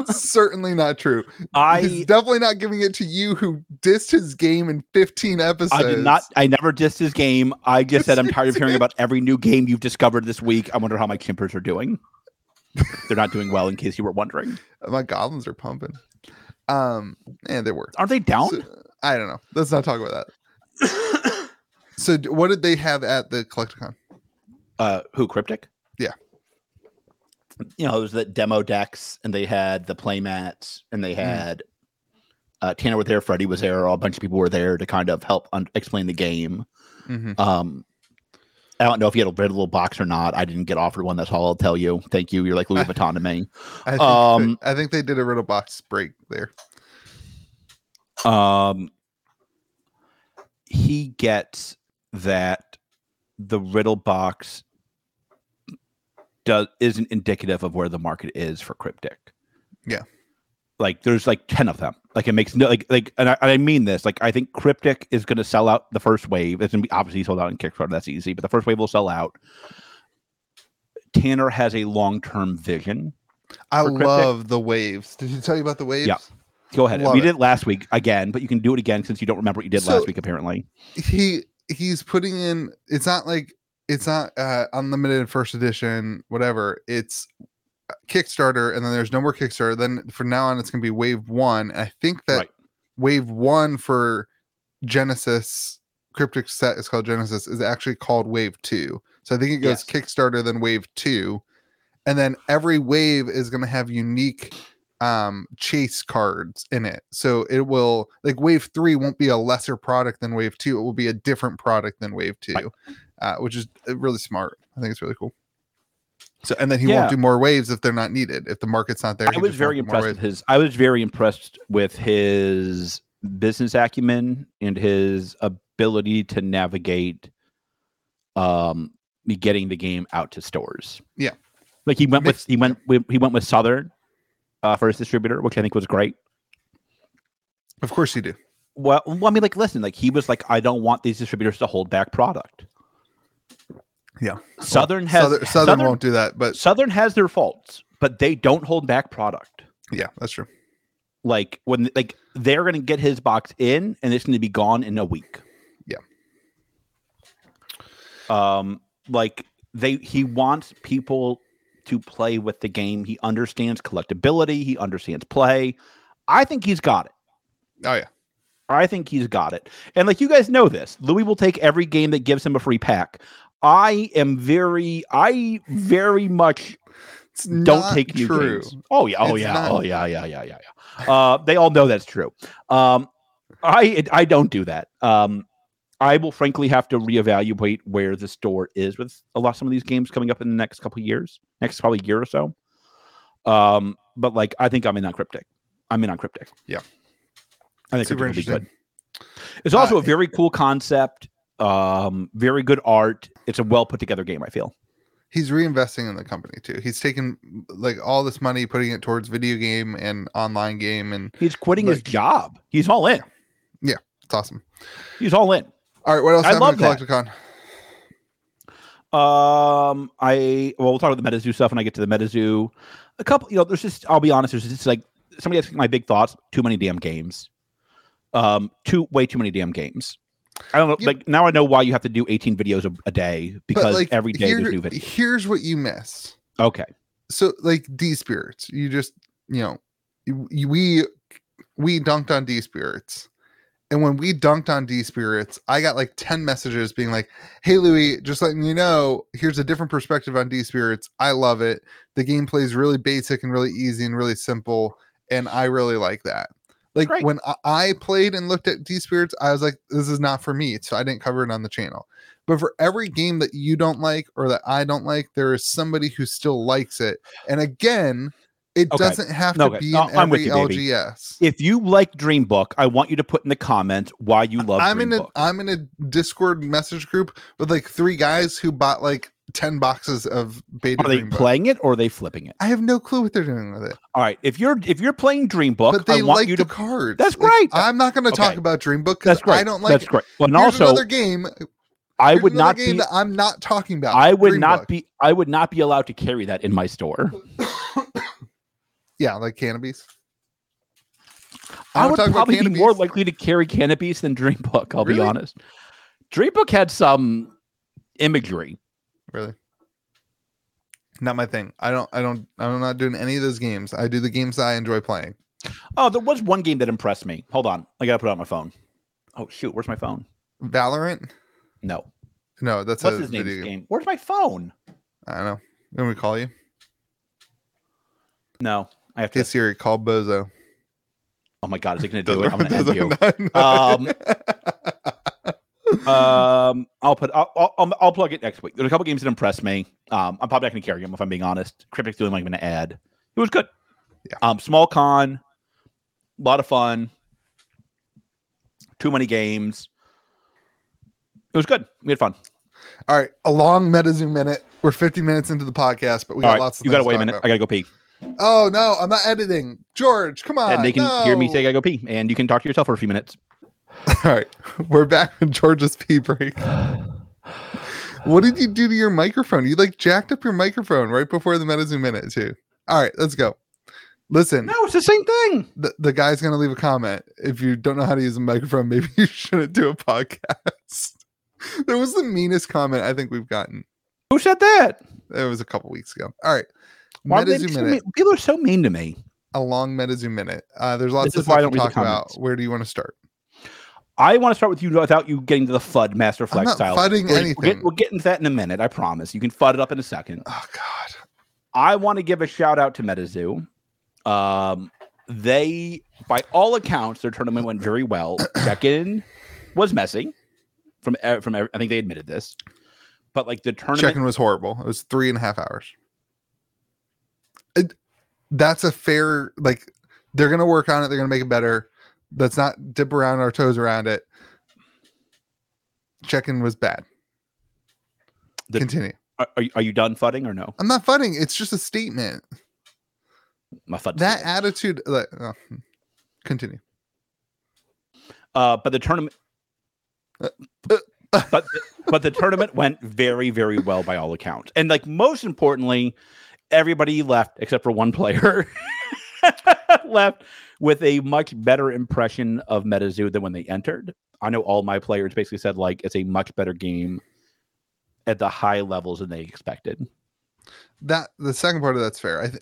Speaker 2: Certainly not true. He's
Speaker 1: I
Speaker 2: definitely not giving it to you who dissed his game in 15 episodes.
Speaker 1: I did not. I never dissed his game. I just said I'm tired of hearing about every new game you've discovered this week. I wonder how my chimpers are doing. They're not doing well, in case you were wondering.
Speaker 2: My goblins are pumping. Um, and they were.
Speaker 1: Aren't they down?
Speaker 2: So- I don't know. Let's not talk about that. (coughs) So, d- what did they have at the Collecticon?
Speaker 1: uh who cryptic
Speaker 2: Yeah.
Speaker 1: you know it was the demo decks and they had the playmats and they had uh tanner was there freddy was there a bunch of people were there to kind of help un- explain the game
Speaker 2: Mm-hmm.
Speaker 1: um I don't know if you had a red little box or not. I didn't get offered one. That's all I'll tell you. Thank you. You're like (laughs) Louis Vuitton to me.
Speaker 2: I think,
Speaker 1: Um,
Speaker 2: they, I think they did a riddle box break there.
Speaker 1: Um, he gets that the riddle box does isn't indicative of where the market is for cryptic.
Speaker 2: Yeah.
Speaker 1: Like there's like 10 of them. Like it makes no like like and I, and I mean this. Like I think cryptic is gonna sell out the first wave. It's gonna be obviously sold out in Kickstarter, that's easy, but the first wave will sell out. Tanner has a long-term vision.
Speaker 2: I
Speaker 1: For Cryptic?
Speaker 2: love the waves. Did he tell you about the waves?
Speaker 1: Go ahead.
Speaker 2: Love
Speaker 1: we
Speaker 2: it.
Speaker 1: did it last week again, but you can do it again since you don't remember what you did
Speaker 2: So-
Speaker 1: last week, apparently.
Speaker 2: He he's putting in. It's not like it's not uh, unlimited first edition. Whatever. It's Kickstarter, and then there's no more Kickstarter. Then from now on, it's gonna be wave one. And I think that
Speaker 1: Right.
Speaker 2: wave one for Genesis cryptic set is called Genesis is actually called wave two. So I think it
Speaker 1: Yes.
Speaker 2: goes Kickstarter then wave two. And then every wave is going to have unique um chase cards in it. So it will like wave 3 won't be a lesser product than wave 2. It will be a different product than wave 2. Uh, which is uh, really smart. I think it's really cool. So and then he
Speaker 1: Yeah.
Speaker 2: won't do more waves if they're not needed. If the market's not there.
Speaker 1: I
Speaker 2: he
Speaker 1: was
Speaker 2: just won't
Speaker 1: very
Speaker 2: do more
Speaker 1: impressed
Speaker 2: waves.
Speaker 1: with his. I was very impressed with his business acumen and his ability to navigate, um, me getting the game out to stores.
Speaker 2: Yeah.
Speaker 1: like he went with
Speaker 2: Mixed-
Speaker 1: he went with, he went with Southern, uh, for his distributor, which I think was great.
Speaker 2: Of course you do.
Speaker 1: Well, well, I mean, like, listen, like he was like, I don't want these distributors to hold back product.
Speaker 2: Yeah.
Speaker 1: Southern has
Speaker 2: Southern, Southern, won't do that, but
Speaker 1: Southern has their faults, but they don't hold back product.
Speaker 2: yeah, that's true.
Speaker 1: like when like they're gonna get his box in and it's gonna be gone in a week.
Speaker 2: Yeah.
Speaker 1: Um, like they he wants people to play with the game. He understands collectability, he understands play. I think he's got it.
Speaker 2: Oh yeah.
Speaker 1: I think he's got it. And like you guys know this, Louis will take every game that gives him a free pack. I am very, I very much
Speaker 2: It's
Speaker 1: don't
Speaker 2: not
Speaker 1: take new games. Oh yeah, oh
Speaker 2: It's
Speaker 1: yeah,
Speaker 2: not.
Speaker 1: oh yeah, yeah, yeah, yeah, yeah. Uh, they all know that's true. Um, I I don't do that. Um, I will frankly have to reevaluate where the store is with a lot some of these games coming up in the next couple of years, next probably year or so. Um, but like I think I'm in on cryptic. I'm in on cryptic.
Speaker 2: Yeah.
Speaker 1: I think
Speaker 2: Super
Speaker 1: Cryptic will be
Speaker 2: interesting.
Speaker 1: good. It's also
Speaker 2: Uh,
Speaker 1: a very cool concept. Um, very good art. It's a well put together game. I feel.
Speaker 2: He's reinvesting in the company too. He's taking like all this money, putting it towards video game and online game, and
Speaker 1: He's quitting his
Speaker 2: Like-
Speaker 1: job. He's all in.
Speaker 2: it's awesome.
Speaker 1: He's all in.
Speaker 2: All right, what else
Speaker 1: I
Speaker 2: happened
Speaker 1: love
Speaker 2: at Collecticon?
Speaker 1: Um, I well, we'll talk about the MetaZoo stuff when I get to the MetaZoo. A couple, you know, there's just I'll be honest, there's just like somebody asked me my big thoughts. Too many damn games. Um, too way too many damn games. I don't know.
Speaker 2: You-
Speaker 1: like now, I know why you have to do 18 videos a, a day because every day
Speaker 2: here-
Speaker 1: there's new videos.
Speaker 2: here's what you missed.
Speaker 1: Okay,
Speaker 2: So like D spirits, you just you know you- you- we we dunked on D spirits. And when we dunked on D Spirits, I got like 10 messages being like, Hey, Louis, just letting you know, here's a different perspective on D Spirits. I love it. The gameplay is really basic and really easy and really simple. And I really like that. Like
Speaker 1: Great.
Speaker 2: when I- I played and looked at D Spirits, I was like, This is not for me. So I didn't cover it on the channel. But for every game that you don't like or that I don't like, there is somebody who still likes it. And again, it
Speaker 1: Okay.
Speaker 2: doesn't have
Speaker 1: No,
Speaker 2: to
Speaker 1: okay.
Speaker 2: be
Speaker 1: No,
Speaker 2: in
Speaker 1: I'm with
Speaker 2: every
Speaker 1: you, baby.
Speaker 2: LGS.
Speaker 1: if you like Dream Book, I want you to put in the comments why you love
Speaker 2: I'm
Speaker 1: Dream
Speaker 2: in a
Speaker 1: Book.
Speaker 2: am in a Discord message group with like three guys who bought like ten boxes of beta.
Speaker 1: Are they
Speaker 2: Dream Book.
Speaker 1: playing it or are they flipping it?
Speaker 2: I have no clue what they're doing with it,
Speaker 1: All right, if you're if you're playing Dream Book,
Speaker 2: but they
Speaker 1: I want
Speaker 2: like
Speaker 1: you
Speaker 2: the
Speaker 1: to.
Speaker 2: cards.
Speaker 1: That's
Speaker 2: Like,
Speaker 1: great.
Speaker 2: I'm not going to talk
Speaker 1: Okay.
Speaker 2: about Dream Book because
Speaker 1: That's great.
Speaker 2: I don't like
Speaker 1: That's
Speaker 2: it.
Speaker 1: great. Well, and
Speaker 2: Here's
Speaker 1: also,
Speaker 2: another game.
Speaker 1: I
Speaker 2: here's
Speaker 1: would
Speaker 2: another
Speaker 1: not
Speaker 2: game
Speaker 1: be
Speaker 2: that I'm not talking about.
Speaker 1: I would
Speaker 2: Dream
Speaker 1: not
Speaker 2: Book. (laughs)
Speaker 1: be I would not be allowed to carry that in my store.
Speaker 2: Yeah, like canopies.
Speaker 1: I
Speaker 2: wanna
Speaker 1: would probably be more likely to carry canopies than Dreambook. I'll be
Speaker 2: Really?
Speaker 1: honest. Dreambook had some imagery.
Speaker 2: really. Not my thing. I don't. I don't. I'm not doing any of those games. I do the games I enjoy playing.
Speaker 1: Oh, there was one game that impressed me. Hold on, I gotta put out my phone. Oh shoot, where's my phone?
Speaker 2: Valorant.
Speaker 1: No,
Speaker 2: No, that's
Speaker 1: what's
Speaker 2: a
Speaker 1: his name's
Speaker 2: video
Speaker 1: game? Where's my phone?
Speaker 2: I don't know. When we call you,
Speaker 1: No, I have to.
Speaker 2: hey Siri, call Bozo.
Speaker 1: oh my god, is it gonna do it? I'm gonna end
Speaker 2: (laughs) Doesn't-
Speaker 1: you.
Speaker 2: doesn't-
Speaker 1: Um, um, I'll put I'll, I'll- I'll I'll plug it next week. There's a couple games that impressed me. Um, I'm probably not gonna carry them if I'm being honest. Cryptic's doing like I'm gonna add. It was good.
Speaker 2: Yeah.
Speaker 1: Um, small con, a lot of fun. Too many games. It was good. We had fun.
Speaker 2: All right, a long MetaZoom minute. We're 50 minutes into the podcast, but we got
Speaker 1: All right,
Speaker 2: lots. Of
Speaker 1: you gotta
Speaker 2: things
Speaker 1: wait a
Speaker 2: talk
Speaker 1: minute. I
Speaker 2: about.
Speaker 1: gotta go pee,
Speaker 2: Oh no, I'm not editing. George, come on.
Speaker 1: and they can hear me
Speaker 2: Uh, no.
Speaker 1: say I gotta go pee, and you can talk to yourself for a few minutes.
Speaker 2: (laughs) All right, we're back from George's pee break. What did you do to your microphone? You like jacked up your microphone right before the MetaZoom minute too. All right, let's go. Listen,
Speaker 1: No, it's the same thing.
Speaker 2: the, the guy's gonna leave a comment. If you don't know how to use a microphone, (laughs) maybe you shouldn't do a podcast. (laughs) that was the meanest comment I think we've gotten.
Speaker 1: Who said that?
Speaker 2: It was a couple weeks ago. All right,
Speaker 1: Why are they
Speaker 2: MetaZoom
Speaker 1: so
Speaker 2: minute.
Speaker 1: mean? People are so mean to me.
Speaker 2: a long MetaZoom minute. Uh, there's lots
Speaker 1: This
Speaker 2: of
Speaker 1: is why I
Speaker 2: stuff
Speaker 1: don't
Speaker 2: to
Speaker 1: read the
Speaker 2: talk about.
Speaker 1: comments.
Speaker 2: Where do you want to start?
Speaker 1: I want to start with you without you getting to the FUD Master Flex
Speaker 2: not
Speaker 1: style. We're-
Speaker 2: fudding
Speaker 1: We'll
Speaker 2: anything.
Speaker 1: get, we'll get into that in a minute. I promise. You can FUD it up in a second.
Speaker 2: Oh God,
Speaker 1: I want to give a shout out to MetaZoo. Um, they, by all accounts, their tournament went very
Speaker 2: (coughs)
Speaker 1: well. Second was messy. From e- from e- I think they admitted this, but like the tournament,
Speaker 2: check-in was horrible. It was three and a half hours. It, that's a fair like. They're gonna work on it. They're gonna make it better. Let's not dip around our toes around it. Check-in was bad.
Speaker 1: The-
Speaker 2: Continue.
Speaker 1: are, are you- are you done fudding or no?
Speaker 2: I'm not fudding. It's just a statement.
Speaker 1: My FUD.
Speaker 2: That attitude. Like, oh, continue.
Speaker 1: uh, but the tournament.
Speaker 2: uh.
Speaker 1: but but the tournament went very very well by all accounts, and like most importantly, everybody left except for one player (laughs) left with a much better impression of MetaZoo than when they entered. I know all my players basically said like it's a much better game at the high levels than they expected.
Speaker 2: that the second part of that's fair. I, th-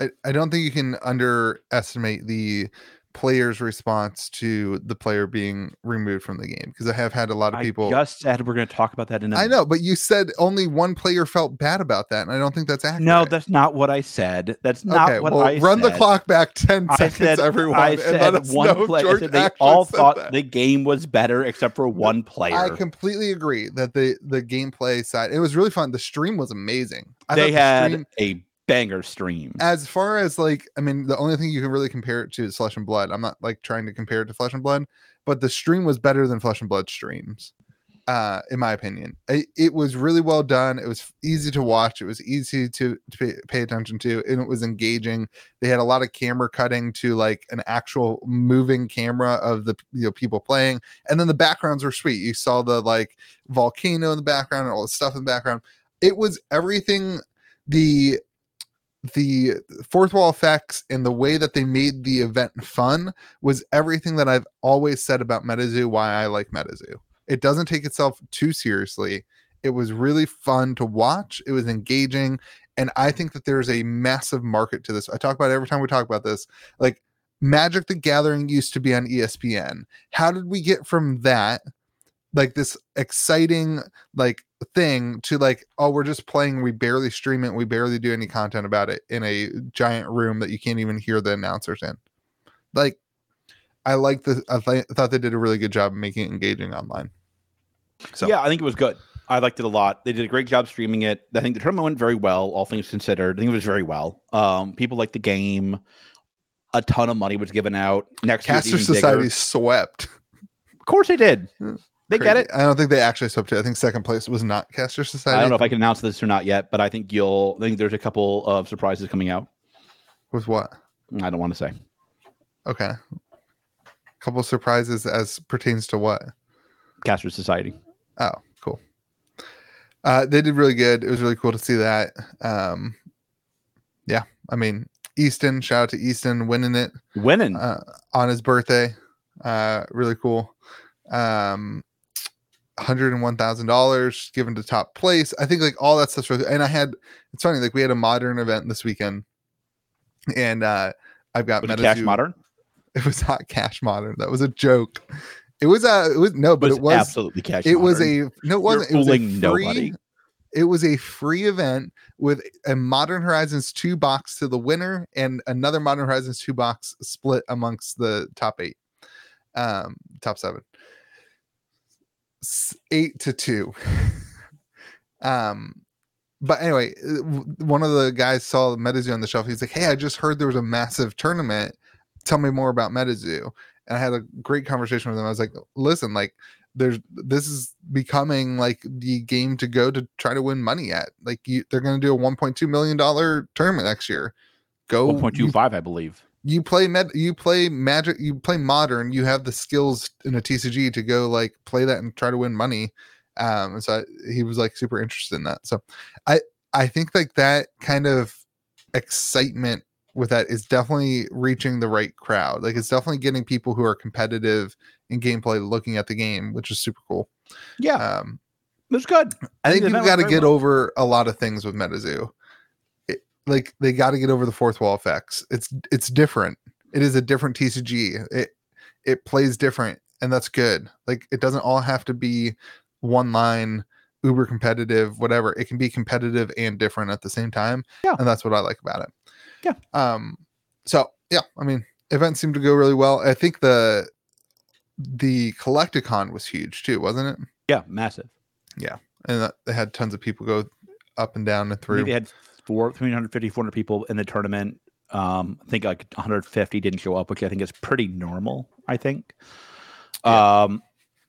Speaker 2: I I don't think you can underestimate the player's response to the player being removed from the game because I have had a lot of
Speaker 1: I
Speaker 2: people.
Speaker 1: just said we're going to talk about that in a
Speaker 2: I know, but you said only one player felt bad about that, and I don't think that's accurate.
Speaker 1: No, that's not what I said. That's not
Speaker 2: okay.
Speaker 1: what
Speaker 2: well,
Speaker 1: I
Speaker 2: run the
Speaker 1: said.
Speaker 2: clock back ten
Speaker 1: I
Speaker 2: seconds,
Speaker 1: said,
Speaker 2: everyone,
Speaker 1: I
Speaker 2: and let
Speaker 1: said
Speaker 2: us know
Speaker 1: one
Speaker 2: if
Speaker 1: player. I
Speaker 2: George
Speaker 1: said they
Speaker 2: actually
Speaker 1: all
Speaker 2: said
Speaker 1: thought
Speaker 2: that.
Speaker 1: the game was better except for one player.
Speaker 2: I completely agree that the the gameplay side it was really fun. The stream was amazing. I thought
Speaker 1: they
Speaker 2: the
Speaker 1: had
Speaker 2: stream-
Speaker 1: a banger stream.
Speaker 2: as far as like i mean the only thing you can really compare it to is flesh and blood i'm not like trying to compare it to flesh and blood but the stream was better than flesh and blood streams uh in my opinion it, it was really well done it was easy to watch it was easy to, to pay, pay attention to and it was engaging they had a lot of camera cutting to like an actual moving camera of the you know people playing and then the backgrounds were sweet you saw the like volcano in the background and all the stuff in the background it was everything the the fourth wall effects and the way that they made the event fun was everything that I've always said about MetaZoo, why I like MetaZoo. It doesn't take itself too seriously. It was really fun to watch. It was engaging. And I think that there's a massive market to this. I talk about it every time we talk about this. Like Magic the Gathering used to be on E ESPN. How did we get from that, like this exciting, like thing to like oh we're just playing we barely stream it we barely do any content about it in a giant room that you can't even hear the announcers in like i like the i thi- thought they did a really good job of making it engaging online so-
Speaker 1: Yeah, I think it was good. I liked it a lot. They did a great job streaming it. I think the tournament went very well, all things considered. I think it was very well. Um, people liked the game. A ton of money was given out. Next year's
Speaker 2: caster
Speaker 1: even bigger.
Speaker 2: society swept
Speaker 1: Of course they did.
Speaker 2: Yeah,
Speaker 1: They get
Speaker 2: Crazy.
Speaker 1: it.
Speaker 2: i don't think they actually swept it i think second place was not caster society
Speaker 1: I don't know if I can announce this or not yet, but I think you'll. I think there's a couple of surprises coming out.
Speaker 2: with what
Speaker 1: I don't want to say.
Speaker 2: okay couple surprises as pertains to what
Speaker 1: Caster Society.
Speaker 2: Oh, cool. Uh, they did really good. It was really cool to see that. Um, yeah, I mean, Easton, shout out to Easton winning it
Speaker 1: Winning.
Speaker 2: uh, on his birthday. Uh, really cool. Um, hundred and one thousand dollars given to top place. I think like all that stuff's really. And I had it's funny like we had a modern event this weekend, and uh, I've got
Speaker 1: was it
Speaker 2: MetaZoo-
Speaker 1: Cash Modern.
Speaker 2: (laughs) It was not cash modern. That was a joke. It was uh, it was no, but it was
Speaker 1: absolutely Cash
Speaker 2: it was
Speaker 1: Modern.
Speaker 2: a no, it wasn't.
Speaker 1: You're
Speaker 2: it was a free,
Speaker 1: fooling nobody.
Speaker 2: It was a free event with a Modern Horizons two box to the winner and another Modern Horizons two box split amongst the top eight, um, top seven, S- eight to two. (laughs) um, but anyway, uh, w- one of the guys saw MetaZoo on the shelf. He's like, "Hey, I just heard there was a massive tournament. Tell me more about MetaZoo." And I had a great conversation with him. I was like, "Listen, like." there's this is becoming like the game to go to try to win money at. Like you, they're going to do a 1.2 million dollar tournament next year. Go
Speaker 1: one point two
Speaker 2: you,
Speaker 1: five, I believe.
Speaker 2: you play med, you play magic, you play modern. You have the skills in a TCG to go like play that and try to win money. Um, and so I, he was like super interested in that. So I I think like that kind of excitement with that is definitely reaching the right crowd. Like it's definitely getting people who are competitive in gameplay looking at the game, which is super cool.
Speaker 1: Yeah,
Speaker 2: Um,
Speaker 1: it was good.
Speaker 2: I think
Speaker 1: the
Speaker 2: people
Speaker 1: event
Speaker 2: got to
Speaker 1: went very
Speaker 2: get
Speaker 1: well.
Speaker 2: over a lot of things with MetaZoo. It, like they got to get over the fourth wall effects. It's it's different. It is a different TCG. It it plays different, and that's good. Like it doesn't all have to be one line, uber competitive, whatever. It can be competitive and different at the same time.
Speaker 1: Yeah.
Speaker 2: and that's what I like about it.
Speaker 1: Yeah.
Speaker 2: Um. So yeah, I mean, events seem to go really well. I think the the Collecticon was huge too, wasn't it?
Speaker 1: Yeah, massive.
Speaker 2: and that- they had tons of people go up and down and
Speaker 1: I think
Speaker 2: through.
Speaker 1: they had four, 350, 400 people in the tournament. Um, I think like 150 didn't show up, which I think is pretty normal. I think. Um,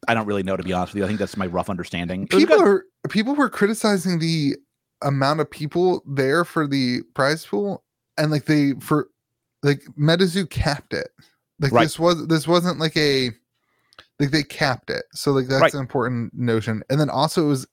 Speaker 1: I don't really know to be honest with you. I think that's my rough understanding. It was
Speaker 2: people
Speaker 1: good.
Speaker 2: are people were criticizing the amount of people there for the prize pool, and like they for like MetaZoo capped it. Like
Speaker 1: Right.
Speaker 2: this was this wasn't like a like they capped it. So like that's
Speaker 1: Right.
Speaker 2: an important notion. And then also it was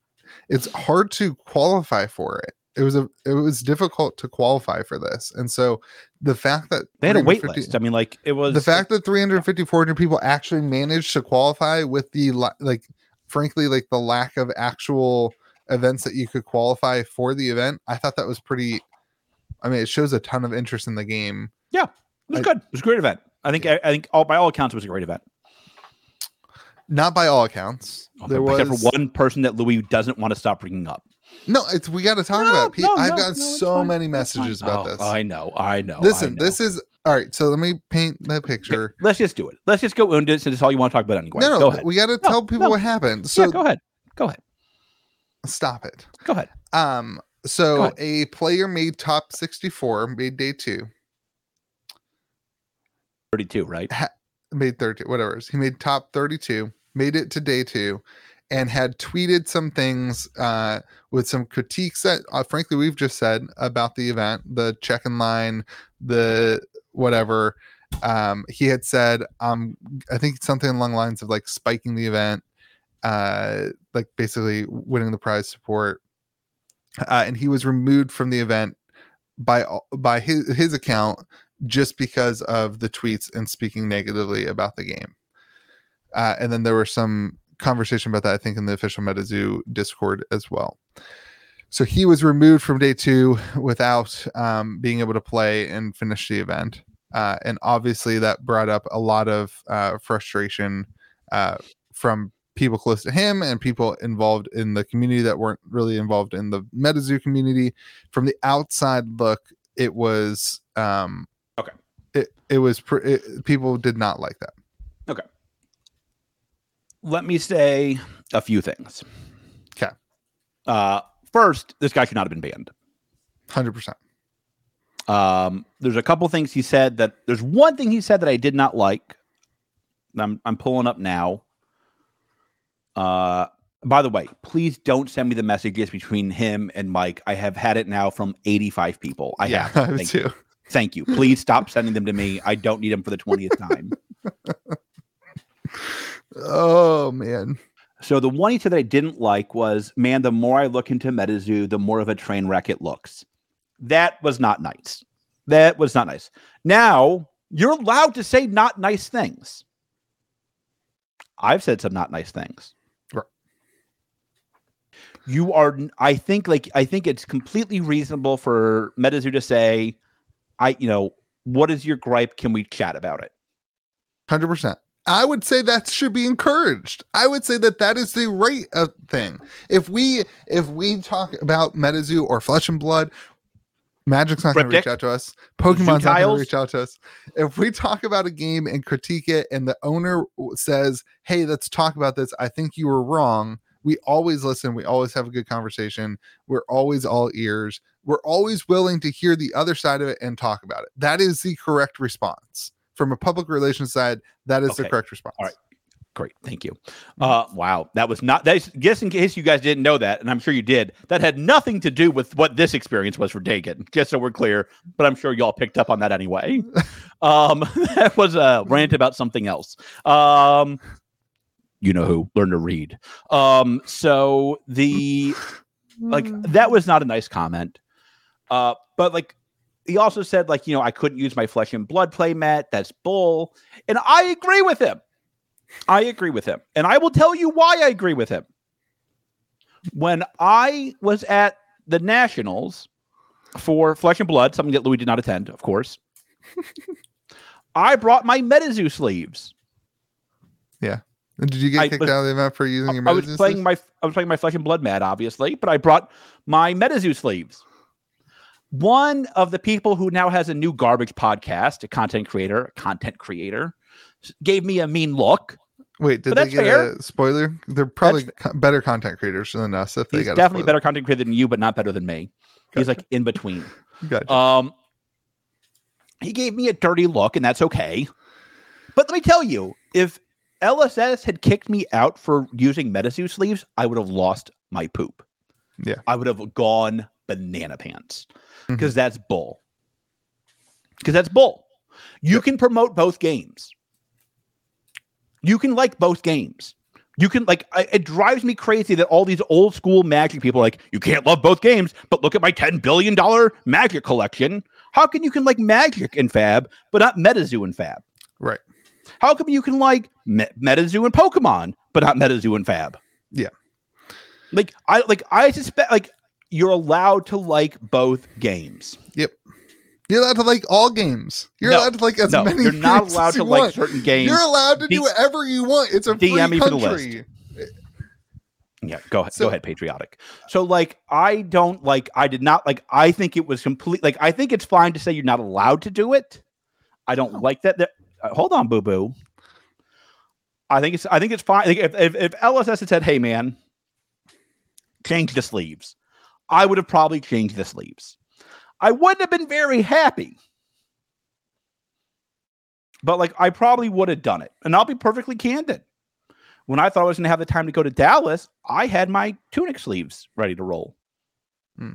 Speaker 2: it's hard to qualify for it. It was a it was difficult to qualify for this. And so the fact that
Speaker 1: they had a wait
Speaker 2: 350
Speaker 1: list. I mean, like it was
Speaker 2: the fact that 350 400 people actually managed to qualify with the la- like frankly like the lack of actual events that you could qualify for the event i thought that was pretty i mean it shows a ton of interest in the game
Speaker 1: it was
Speaker 2: I-
Speaker 1: good. It was a great event. I think. I, I think all by all accounts, it was a great event.
Speaker 2: not by all accounts
Speaker 1: Oh,
Speaker 2: there was
Speaker 1: except for one person that Louis doesn't want to stop bringing up.
Speaker 2: no it's we got to talk
Speaker 1: No,
Speaker 2: about it. Pe-
Speaker 1: no,
Speaker 2: i've
Speaker 1: no,
Speaker 2: gotten
Speaker 1: no, it's
Speaker 2: so
Speaker 1: fine.
Speaker 2: many
Speaker 1: That's fine.
Speaker 2: messages about
Speaker 1: Oh,
Speaker 2: this
Speaker 1: I know. I know. I
Speaker 2: listen
Speaker 1: know.
Speaker 2: this is all right so let me paint the picture
Speaker 1: Let's just do it. Let's just go into it since it's all you want to talk about anyway.
Speaker 2: no
Speaker 1: go
Speaker 2: no
Speaker 1: ahead.
Speaker 2: we got to
Speaker 1: No,
Speaker 2: tell people
Speaker 1: no.
Speaker 2: what happened so
Speaker 1: yeah, go ahead. Go ahead.
Speaker 2: stop it
Speaker 1: Go ahead.
Speaker 2: Um, so
Speaker 1: ahead.
Speaker 2: a player made top 64, made day two,
Speaker 1: Thirty-two, right?
Speaker 2: made 32, whatever. it is. He made top 32, made it to day two, and had tweeted some things uh, with some critiques that, uh, frankly, we've just said about the event, the check in line, the whatever. Um, he had said, um, I think something along the lines of like spiking the event, uh, like basically winning the prize support. Uh, and he was removed from the event by all- by his his account just because of the tweets and speaking negatively about the game. Uh, and then there were some conversation about that, I think, in the official MetaZoo Discord as well. So he was removed from day two without um, being able to play and finish the event. Uh, and obviously, that brought up a lot of uh, frustration uh, from people close to him and people involved in the community that weren't really involved in the MetaZoo community. From the outside look, it was um, it it was pr- it, people did not like that.
Speaker 1: Let me say a few things.
Speaker 2: 'Kay.
Speaker 1: Uh, first, this guy should not have been banned.
Speaker 2: Hundred percent.
Speaker 1: Um, there's a couple things he said that there's one thing he said that I did not like. And I'm I'm pulling up now. Uh by the way, please don't send me the messages between him and Mike. I have had it now from 85 people. I
Speaker 2: yeah,
Speaker 1: have.
Speaker 2: (laughs) I
Speaker 1: Thank you.
Speaker 2: too.
Speaker 1: Thank you. Please stop sending them to me. I don't need them for the 20th time.
Speaker 2: Oh man,
Speaker 1: So the one he said that I didn't like was, man, the more I look into MetaZoo, the more of a train wreck it looks. That was not nice. That was not nice. Now you're allowed to say not nice things. I've said some not nice things.
Speaker 2: Right.
Speaker 1: You are, I think, like I think it's completely reasonable for MetaZoo to say, "I, you know, what is your gripe? Can we chat about it?"
Speaker 2: Hundred percent. I would say that should be encouraged. I would say that that is the right uh, thing. If we if we talk about MetaZoo or Flesh and Blood, Magic's not going to reach
Speaker 1: Cryptic.
Speaker 2: out to us. Pokemon's not going
Speaker 1: Zootiles.
Speaker 2: to reach out to us. If we talk about a game and critique it, and the owner w- says, "Hey, let's talk about this. I think you were wrong." We always listen. We always have a good conversation. We're always all ears. We're always willing to hear the other side of it and talk about it. That is the correct response from a public relations side. That is the
Speaker 1: Okay.
Speaker 2: correct response.
Speaker 1: All right. Great, thank you. Uh, wow, that was not. That's just in case you guys didn't know that, and I'm sure you did. That had nothing to do with what this experience was for Dagon. Just so we're clear, but I'm sure y'all picked up on that anyway. Um, (laughs) that was a rant about something else. Um, you know who? Learn to read. Um, so the like that was not a nice comment. Uh, but like he also said like you know I couldn't use my flesh and blood play mat. That's bull, and I agree with him. I agree with him, and I will tell you why I agree with him. When I was at the Nationals for Flesh and Blood, something that Louis did not attend, of course, I brought my MetaZoo sleeves.
Speaker 2: Did you get
Speaker 1: I
Speaker 2: kicked
Speaker 1: was-
Speaker 2: out of the event for using your
Speaker 1: I was
Speaker 2: medicine
Speaker 1: playing
Speaker 2: sleeve?
Speaker 1: my I was playing my flesh and blood mad, obviously, but I brought my MetaZoo sleeves. One of the people who now has a new garbage podcast, a content creator, a content creator, s- gave me a mean look.
Speaker 2: Wait, did
Speaker 1: but
Speaker 2: they
Speaker 1: that's
Speaker 2: get
Speaker 1: fair.
Speaker 2: a spoiler? They're probably co- better content creators than us if they
Speaker 1: He's
Speaker 2: got
Speaker 1: definitely
Speaker 2: a
Speaker 1: better content creator than you, but not better than me. He's like in between.
Speaker 2: spoiler. Gotcha.
Speaker 1: Um, he gave me a dirty look, and that's okay. But let me tell you, if LSS had kicked me out for using MetaZoo sleeves, I would have lost my poop.
Speaker 2: Yeah. Mm-hmm.
Speaker 1: I would have gone banana pants because that's bull. Because that's bull. You can promote both games. You can like both games. You can like I, it drives me crazy that all these old school magic people are like you can't love both games, but look at my ten billion dollar magic collection. How can you can like magic and Fab, but not MetaZoo and Fab?
Speaker 2: Right.
Speaker 1: How come you can like Me- MetaZoo and Pokemon, but not MetaZoo and Fab?
Speaker 2: Yeah.
Speaker 1: Like I like I suspect like you're allowed to like both games.
Speaker 2: You're allowed to like all games. You're
Speaker 1: No,
Speaker 2: allowed to like as
Speaker 1: no,
Speaker 2: many.
Speaker 1: you're not
Speaker 2: games
Speaker 1: allowed
Speaker 2: as
Speaker 1: to
Speaker 2: you
Speaker 1: like
Speaker 2: want.
Speaker 1: certain games.
Speaker 2: You're allowed to
Speaker 1: D-
Speaker 2: do whatever you want. It's a
Speaker 1: DM
Speaker 2: free
Speaker 1: me for the list.
Speaker 2: country.
Speaker 1: Yeah, go ahead.
Speaker 2: So-
Speaker 1: go ahead, patriotic. So like I don't like I did not like I think it was complete like I think it's fine to say you're not allowed to do it. I don't like that. that uh, hold on, boo boo. I think it's I think it's fine. Like if, if if LSS had said, "Hey man, change the sleeves." I would have probably changed the sleeves. I wouldn't have been very happy. But like I probably would have done it. And I'll be perfectly candid when I thought I was going to have the time to go to Dallas, I had my tunic sleeves ready to roll.
Speaker 2: Hmm.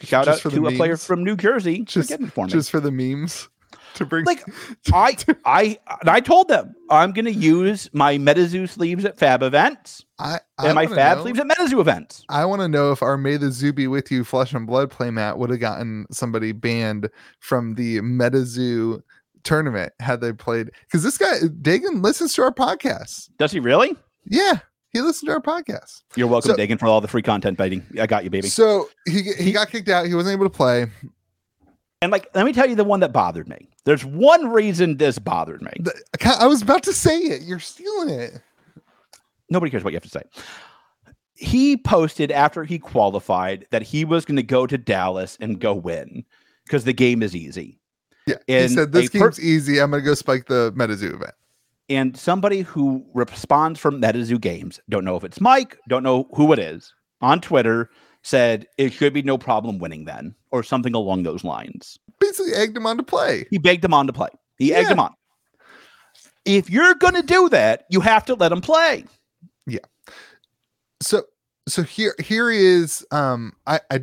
Speaker 1: Shout
Speaker 2: Just for
Speaker 1: out
Speaker 2: the
Speaker 1: to a player
Speaker 2: memes?
Speaker 1: from New Jersey
Speaker 2: Just-
Speaker 1: for getting it for me.
Speaker 2: Just for the memes to bring.
Speaker 1: Like,
Speaker 2: (laughs)
Speaker 1: I, I, and I told them I'm going to use my MetaZoo sleeves at Fab events
Speaker 2: I, I
Speaker 1: and my
Speaker 2: wanna
Speaker 1: Fab
Speaker 2: know-
Speaker 1: sleeves at MetaZoo events.
Speaker 2: I want to know if our May the Zoo be with you Flesh and Blood playmat would have gotten somebody banned from the Meta Zoo tournament had they played because this guy Dagan listens to our podcast.
Speaker 1: Does he really?
Speaker 2: Yeah, he listened to our podcast.
Speaker 1: You're welcome,
Speaker 2: So-
Speaker 1: Dagan, for all the free content, baby. I got you, baby.
Speaker 2: So he g- he got kicked out. He wasn't able to play.
Speaker 1: And like, let me tell you the one that bothered me. There's one reason this bothered me.
Speaker 2: The- I ca- I was about to say it. You're stealing it.
Speaker 1: nobody cares what you have to say. He posted after he qualified that he was going to go to Dallas and go win because the game is easy.
Speaker 2: Yeah,
Speaker 1: And
Speaker 2: he said
Speaker 1: a
Speaker 2: this
Speaker 1: per-
Speaker 2: game's easy. I'm gonna go spike the Meta Zoo event.
Speaker 1: And somebody who responds from MetaZoo Games, don't know if it's Mike, don't know who it is, on Twitter said it should be no problem winning then, or something along those lines.
Speaker 2: Basically, egged him on to play.
Speaker 1: He begged him on to play. He egged
Speaker 2: Yeah.
Speaker 1: him on. If you're going to do that, you have to let him play.
Speaker 2: so so here here he is um i i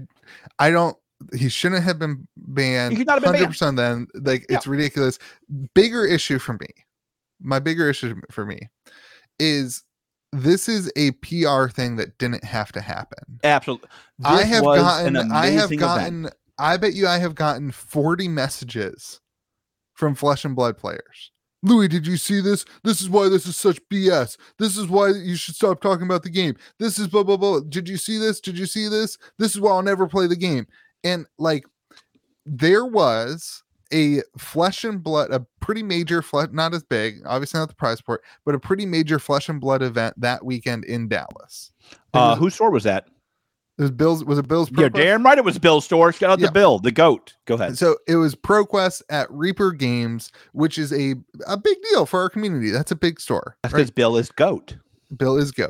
Speaker 2: i don't he shouldn't have been banned
Speaker 1: He should not have been banned.
Speaker 2: 100% then like
Speaker 1: Yeah.
Speaker 2: it's ridiculous bigger issue for me my bigger issue for me is this is a pr thing that didn't have to happen
Speaker 1: Absolutely.
Speaker 2: i have gotten i have gotten I bet you I have gotten 40 messages from Flesh and Blood players. Louis, did you see this? This is why this is such BS. This is why you should stop talking about the game. This is blah blah blah. Did you see this? Did you see this? This is why I'll never play the game. And like there was a flesh and blood, a pretty major flesh, not as big, obviously not the prize port, but a pretty major flesh and blood event that weekend in Dallas. It
Speaker 1: Uh,
Speaker 2: was,
Speaker 1: whose store was that?
Speaker 2: it was Bill's was it Bill's
Speaker 1: Yeah,
Speaker 2: Pro Quest?
Speaker 1: damn right it was Bill's store. Shout out
Speaker 2: Yeah.
Speaker 1: to Bill, the goat. Go
Speaker 2: And
Speaker 1: ahead.
Speaker 2: so it was ProQuest at Reaper Games, which is a, a big deal for our community. That's a big store.
Speaker 1: That's
Speaker 2: right?
Speaker 1: because Bill is goat.
Speaker 2: Bill is go.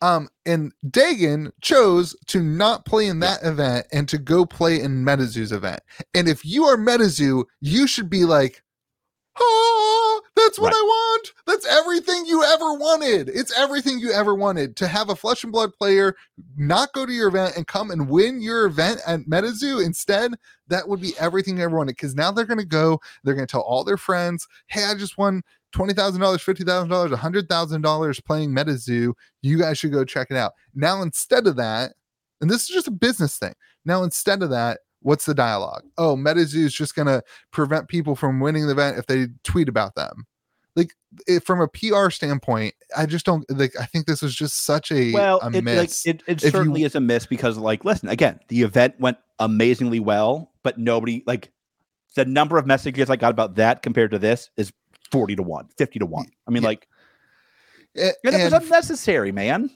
Speaker 2: Um, and Dagon chose to not play in that event and to go play in MetaZoo's event. And if you are MetaZoo, you should be like, ah, that's what
Speaker 1: Right.
Speaker 2: I want. That's everything you ever wanted. It's everything you ever wanted to have a flesh and blood player not go to your event and come and win your event at MetaZoo instead. That would be everything you ever wanted because now they're going to go, they're going to tell all their friends, hey, I just won twenty thousand dollars, fifty thousand dollars, a hundred thousand dollars playing MetaZoo. You guys should go check it out. Now instead of that, and this is just a business thing. Now instead of that, what's the dialogue? Oh, MetaZoo is just gonna prevent people from winning the event if they tweet about them. Like it, from a PR standpoint, I just don't like. I think this is just such a,
Speaker 1: Well,
Speaker 2: a
Speaker 1: it, like,
Speaker 2: miss.
Speaker 1: it, it
Speaker 2: If
Speaker 1: certainly is a miss because, like, listen, again, the event went amazingly well, but nobody, like, the number of messages I got about that compared to this is 40 to 1, 50 to 1. I mean,
Speaker 2: Yeah.
Speaker 1: like,
Speaker 2: A-
Speaker 1: and it was
Speaker 2: and-
Speaker 1: unnecessary, man.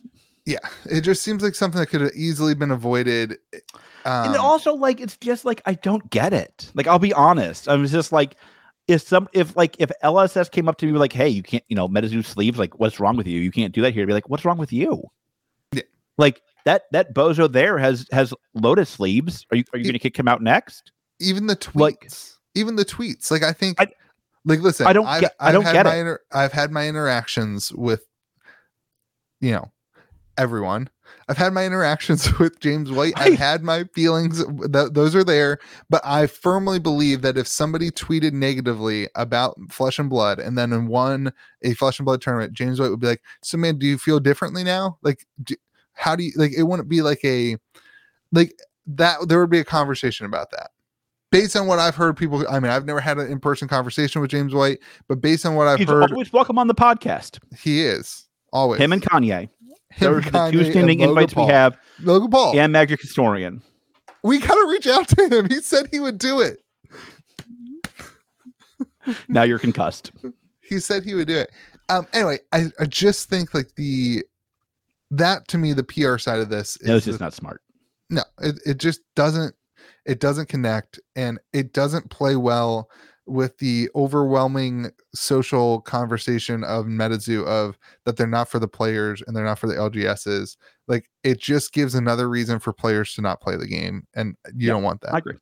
Speaker 2: yeah, it just seems like something that could have easily been avoided. Um,
Speaker 1: and also, like, it's just like, I don't get it. Like, I'll be honest. I was just like, if some, if like, if LSS came up to me, like, hey, you can't, you know, MetaZoo sleeves, like, what's wrong with you? You can't do that here. I'd be like, what's wrong with you?
Speaker 2: Yeah.
Speaker 1: Like, that, that bozo there has, has Lotus sleeves. Are you, are you
Speaker 2: Yeah.
Speaker 1: going to kick him out next?
Speaker 2: even the tweets,
Speaker 1: Like-
Speaker 2: even the tweets. Like I think,
Speaker 1: I-
Speaker 2: like listen,
Speaker 1: I don't
Speaker 2: I've,
Speaker 1: get- I
Speaker 2: I've
Speaker 1: don't
Speaker 2: had
Speaker 1: get
Speaker 2: my
Speaker 1: it.
Speaker 2: Inter- I've had my interactions with, you know, everyone. I've had my interactions (laughs) with James White.
Speaker 1: I-
Speaker 2: I've had my feelings. Th- those are there, but I firmly believe that if somebody tweeted negatively about Flesh and Blood, and then in one a Flesh and Blood tournament, James White would be like, "So man, do you feel differently now? Like, do, how do you like? It wouldn't be like a like that. There would be a conversation about that." Based on what I've heard, people. I mean, I've never had an in-person conversation with James White, but based on what I've
Speaker 1: He's
Speaker 2: heard,
Speaker 1: always welcome on the podcast.
Speaker 2: he is always
Speaker 1: Him and Kanye.
Speaker 2: Him,
Speaker 1: Those are the
Speaker 2: Kanye,
Speaker 1: two
Speaker 2: and
Speaker 1: standing
Speaker 2: Logan
Speaker 1: invites
Speaker 2: Paul. Oh.
Speaker 1: we have.
Speaker 2: Logan Paul.
Speaker 1: And Magic Historian.
Speaker 2: we gotta reach out to him. He said he would do it.
Speaker 1: Now you're
Speaker 2: (laughs)
Speaker 1: concussed.
Speaker 2: He said he would do it. Um. Anyway, I, I just think like the that to me the PR side of this
Speaker 1: That was
Speaker 2: the
Speaker 1: just not smart.
Speaker 2: no it, it just doesn't it doesn't connect and it doesn't play well with the overwhelming social conversation of metazoo of that they're not for the players and they're not for the lgs's like it just gives another reason for players to not play the game and you
Speaker 1: Yeah,
Speaker 2: don't want that
Speaker 1: I agree.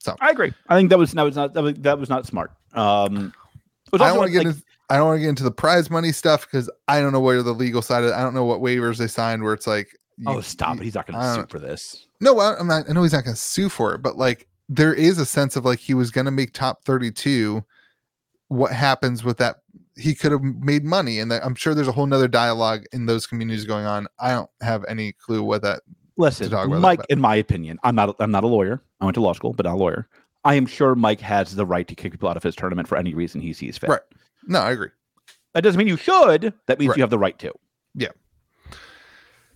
Speaker 2: So-
Speaker 1: I agree. I think that was that was not that was, that was not smart. Um, it was also,
Speaker 2: I don't want to get
Speaker 1: like,
Speaker 2: into I don't want to get into the prize money stuff because I don't know where the legal side of I don't know what waivers they signed where it's like you-
Speaker 1: oh stop
Speaker 2: you-
Speaker 1: it. He's not going
Speaker 2: I
Speaker 1: to sue
Speaker 2: don't-
Speaker 1: for this.
Speaker 2: No, I- I'm not. I know he's not going to sue for it, but like there is a sense of like he was going to make top 32. What happens with that? He could have made money, and that, I'm sure there's a whole nother dialogue in those communities going on. I don't have any clue what that.
Speaker 1: Listen,
Speaker 2: talk about that,
Speaker 1: Mike.
Speaker 2: but-
Speaker 1: in my opinion, I'm not I'm not a lawyer. I went to law school, but not a lawyer. I am sure Mike has the right to kick people out of his tournament for any reason he sees fit.
Speaker 2: Right. No, I agree.
Speaker 1: That doesn't mean you should. That means
Speaker 2: Right.
Speaker 1: you have the right to.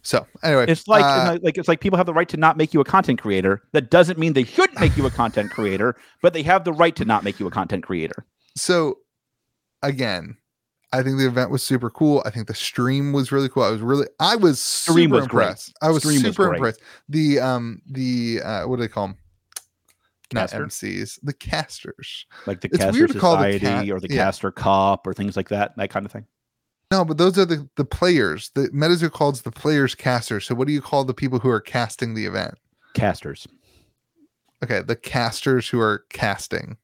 Speaker 2: So anyway,
Speaker 1: It's like
Speaker 2: uh,
Speaker 1: it's like- like it's like people have the right to not make you a content creator. That doesn't mean they shouldn't make you a content creator, but they have the right to not make you a content creator.
Speaker 2: so again i think the event was super cool i think the stream was really cool i was really i was
Speaker 1: Stream
Speaker 2: super
Speaker 1: was great.
Speaker 2: impressed i was
Speaker 1: Stream was
Speaker 2: super
Speaker 1: great.
Speaker 2: impressed the um the uh what do they call them not
Speaker 1: Caster?
Speaker 2: mcs the casters
Speaker 1: Like the
Speaker 2: It's
Speaker 1: caster
Speaker 2: weird to call the
Speaker 1: society
Speaker 2: cat-
Speaker 1: or the
Speaker 2: yeah.
Speaker 1: caster cop or things like that, that kind of thing.
Speaker 2: no but those are the the players the metazoo calls the players casters so what do you call the people who are casting the event
Speaker 1: Casters.
Speaker 2: okay the casters who are casting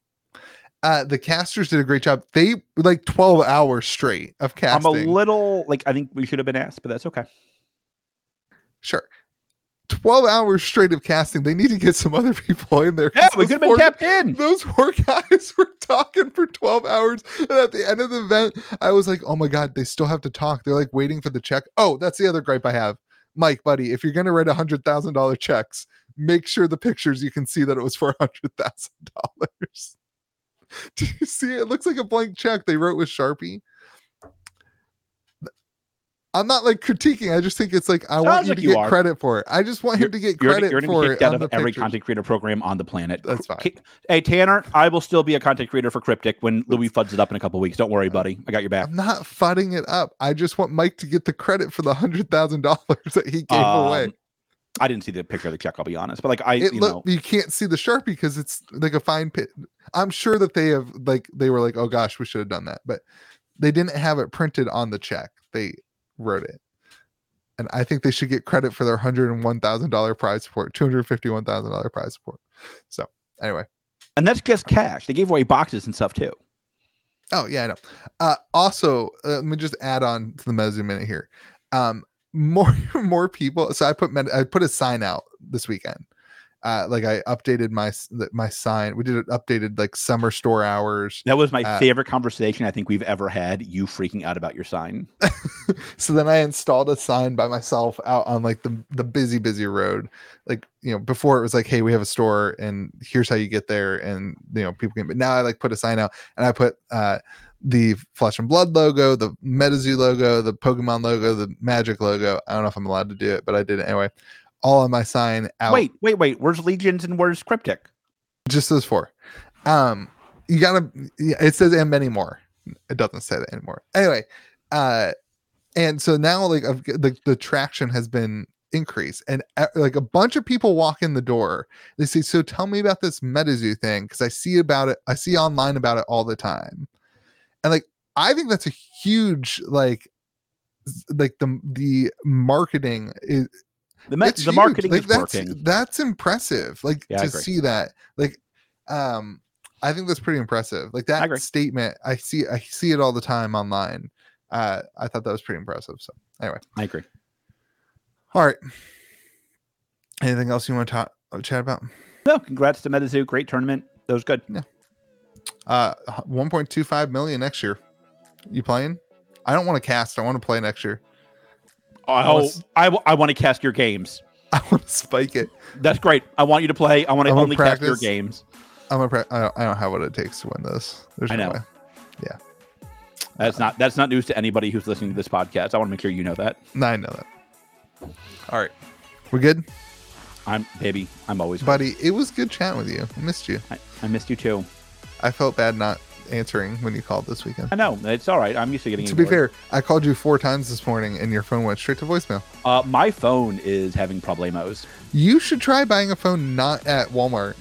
Speaker 2: uh the casters did a great job they like 12 hours straight of casting
Speaker 1: I'm a little like I think we should have been asked, but that's okay.
Speaker 2: Sure. 12 hours straight of casting. They need to get some other (laughs) people in there. 'cause
Speaker 1: Yeah, we
Speaker 2: those
Speaker 1: could have been
Speaker 2: poor-
Speaker 1: kept in.
Speaker 2: Those poor guys (laughs) were talking for 12 hours. And at the end of the event, I was like, oh my God, they still have to talk. They're like waiting for the check. Oh, that's the other gripe I have. Mike, buddy, if you're going to write $100,000 checks, make sure the pictures you can see that it was four hundred thousand dollars. (laughs) Do you see it? it? Looks like a blank check they wrote with Sharpie. I'm not like critiquing. I just think it's like I want
Speaker 1: Sounds
Speaker 2: you
Speaker 1: like
Speaker 2: to
Speaker 1: you
Speaker 2: get
Speaker 1: are.
Speaker 2: credit for it. I just want him to get
Speaker 1: You're,
Speaker 2: credit
Speaker 1: gonna- you're gonna
Speaker 2: for
Speaker 1: be
Speaker 2: it
Speaker 1: kicked out
Speaker 2: on
Speaker 1: of
Speaker 2: the
Speaker 1: every
Speaker 2: pictures.
Speaker 1: content creator program on the planet.
Speaker 2: That's fine.
Speaker 1: Ki- Hey Tanner, I will still be a content creator for Cryptic when Louis fuds it up in a couple weeks. Don't worry, buddy. I got your back.
Speaker 2: I'm not fudding it up. I just want Mike to get the credit for the hundred thousand (laughs) dollars that he gave away.
Speaker 1: Um, I didn't see the picture of the check. I'll be honest, but like I,
Speaker 2: It
Speaker 1: you
Speaker 2: look,
Speaker 1: know,
Speaker 2: you can't see the sharpie because it's like a fine pit. I'm sure that they have like they were like, oh gosh, we should have done that, but they didn't have it printed on the check. They wrote it, and I think they should get credit for their hundred and one thousand dollar prize support, two hundred fifty one thousand dollar prize support. So anyway,
Speaker 1: and that's just cash. They gave away boxes and stuff too.
Speaker 2: Oh yeah, I know. Uh, also, uh, let me just add on to the mezzo minute here. Um, more (laughs) more people. So I put med- I put a sign out this weekend. Uh, like I updated my s- th- my sign. We did an updated like summer store hours.
Speaker 1: That was my
Speaker 2: Uh,
Speaker 1: favorite conversation I think we've ever had. You freaking out about your sign.
Speaker 2: So then I installed a sign by myself out on like the the busy busy road. Like you know before it was like hey we have a store and here's how you get there and you know people can. But now I like put a sign out and I put uh the Flesh and Blood logo, the MetaZoo logo, the Pokemon logo, the Magic logo. I don't know if I'm allowed to do it, but I did it anyway. All on my sign out.
Speaker 1: Wait, wait, wait. Where's Legions and where's Cryptic?
Speaker 2: just those four. Um, you gotta. yeah, It says and many more. It doesn't say that anymore. Anyway, uh, and so now like I've, g- the the traction has been increased, and uh, like a bunch of people walk in the door. They say, "So tell me about this MetaZoo thing," because I see about it. I see online about it all the time, and like I think that's a huge like s- like the the marketing is
Speaker 1: The, ma-
Speaker 2: that's
Speaker 1: the
Speaker 2: huge.
Speaker 1: marketing
Speaker 2: like,
Speaker 1: is
Speaker 2: that's,
Speaker 1: working.
Speaker 2: That's impressive. Like
Speaker 1: Yeah, I
Speaker 2: to
Speaker 1: agree.
Speaker 2: see that. Like, um, I think that's pretty impressive. Like that
Speaker 1: agree.
Speaker 2: statement, I see, I see it all the time online. Uh, I thought that was pretty impressive. So,
Speaker 1: I agree.
Speaker 2: all right. Anything else you want to talk, chat about?
Speaker 1: No, congrats to MetaZoo. Great tournament. That was good.
Speaker 2: Uh, 1.25 million next year. You playing? I don't want to cast. I want to play next year. (laughs)
Speaker 1: Oh,
Speaker 2: was-
Speaker 1: I, w- I want to cast your games.
Speaker 2: I want to spike it.
Speaker 1: That's great. I want you to play. I want
Speaker 2: I
Speaker 1: to
Speaker 2: wanna
Speaker 1: only cast your
Speaker 2: practice.
Speaker 1: games.
Speaker 2: I'm a. Pre- I, don't, I don't have what it takes to win this. There's
Speaker 1: I
Speaker 2: no
Speaker 1: know.
Speaker 2: way.
Speaker 1: That's not that's not news to anybody who's listening to this podcast. I want to make sure you know that.
Speaker 2: No, I know that. All right, we're good.
Speaker 1: I'm baby. I'm always with
Speaker 2: (laughs) buddy it was good chatting with you i missed you
Speaker 1: you. I, I missed you too.
Speaker 2: i felt bad not answering when you called this weekend
Speaker 1: I know it's all right. I'm used to getting.
Speaker 2: to be
Speaker 1: ignored.
Speaker 2: fair i called you four times this morning and your phone went straight to voicemail
Speaker 1: uh, my phone is having problemos.
Speaker 2: you should try buying a phone not at walmart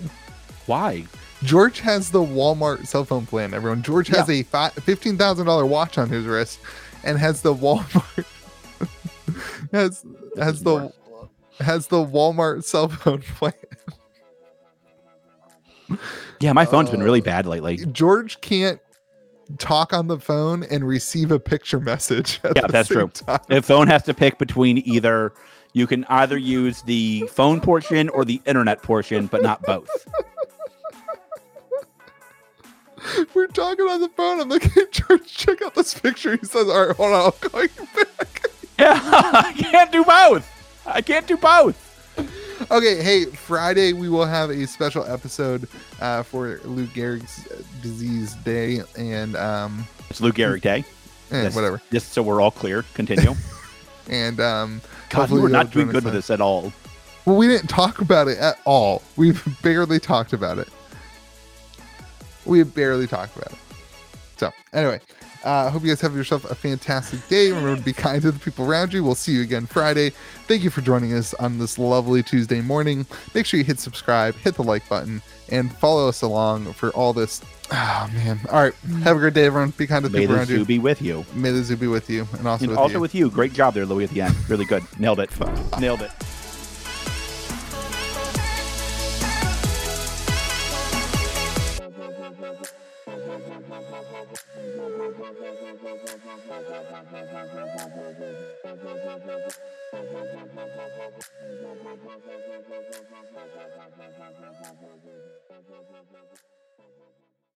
Speaker 1: Why?
Speaker 2: george has the walmart cell phone plan everyone george has a fi- $15000 watch on his wrist and has the walmart (laughs) has has
Speaker 1: is
Speaker 2: the
Speaker 1: worse.
Speaker 2: has the walmart cell phone plan
Speaker 1: Yeah, my phone's been really
Speaker 2: Uh,
Speaker 1: bad lately.
Speaker 2: George can't talk on the phone and receive a picture message. at
Speaker 1: Yeah,
Speaker 2: the
Speaker 1: that's
Speaker 2: same
Speaker 1: true.
Speaker 2: time.
Speaker 1: The phone has to pick between either you can either use the phone portion or the internet portion, but not both.
Speaker 2: We're talking on the phone. I'm like, hey, George, check out this picture. He says, all right, hold on, I'll call you back.
Speaker 1: Yeah, (laughs) I can't do both. I can't do both.
Speaker 2: Okay, hey, Friday we will have a special episode uh, for Lou Gehrig's disease day and um
Speaker 1: It's Lou Gehrig Day.
Speaker 2: and
Speaker 1: Yes.
Speaker 2: Eh, whatever.
Speaker 1: Just so we're all clear.
Speaker 2: (laughs)
Speaker 1: Continue.
Speaker 2: And um
Speaker 1: God,
Speaker 2: hopefully
Speaker 1: we were
Speaker 2: you'll
Speaker 1: not doing
Speaker 2: join us
Speaker 1: good with
Speaker 2: then.
Speaker 1: this at all.
Speaker 2: Well, we didn't talk about it at all. We've barely talked about it. We have barely talked about it. So, anyway, uh, hope you guys have yourself a fantastic day. Remember to be kind to the people around you. We'll see you again Friday. Thank you for joining us on this lovely Tuesday morning. Make sure you hit subscribe, hit the like button, and follow us along for all this. Oh, man. All right. Have a great day, everyone. Be kind to the
Speaker 1: May
Speaker 2: people
Speaker 1: the
Speaker 2: around
Speaker 1: zoo
Speaker 2: you.
Speaker 1: be with you.
Speaker 2: May the zoo be with you and also
Speaker 1: And
Speaker 2: with
Speaker 1: also
Speaker 2: you.
Speaker 1: with you. Great job there, Louis, at the end. Really good. Nailed it. Nailed it.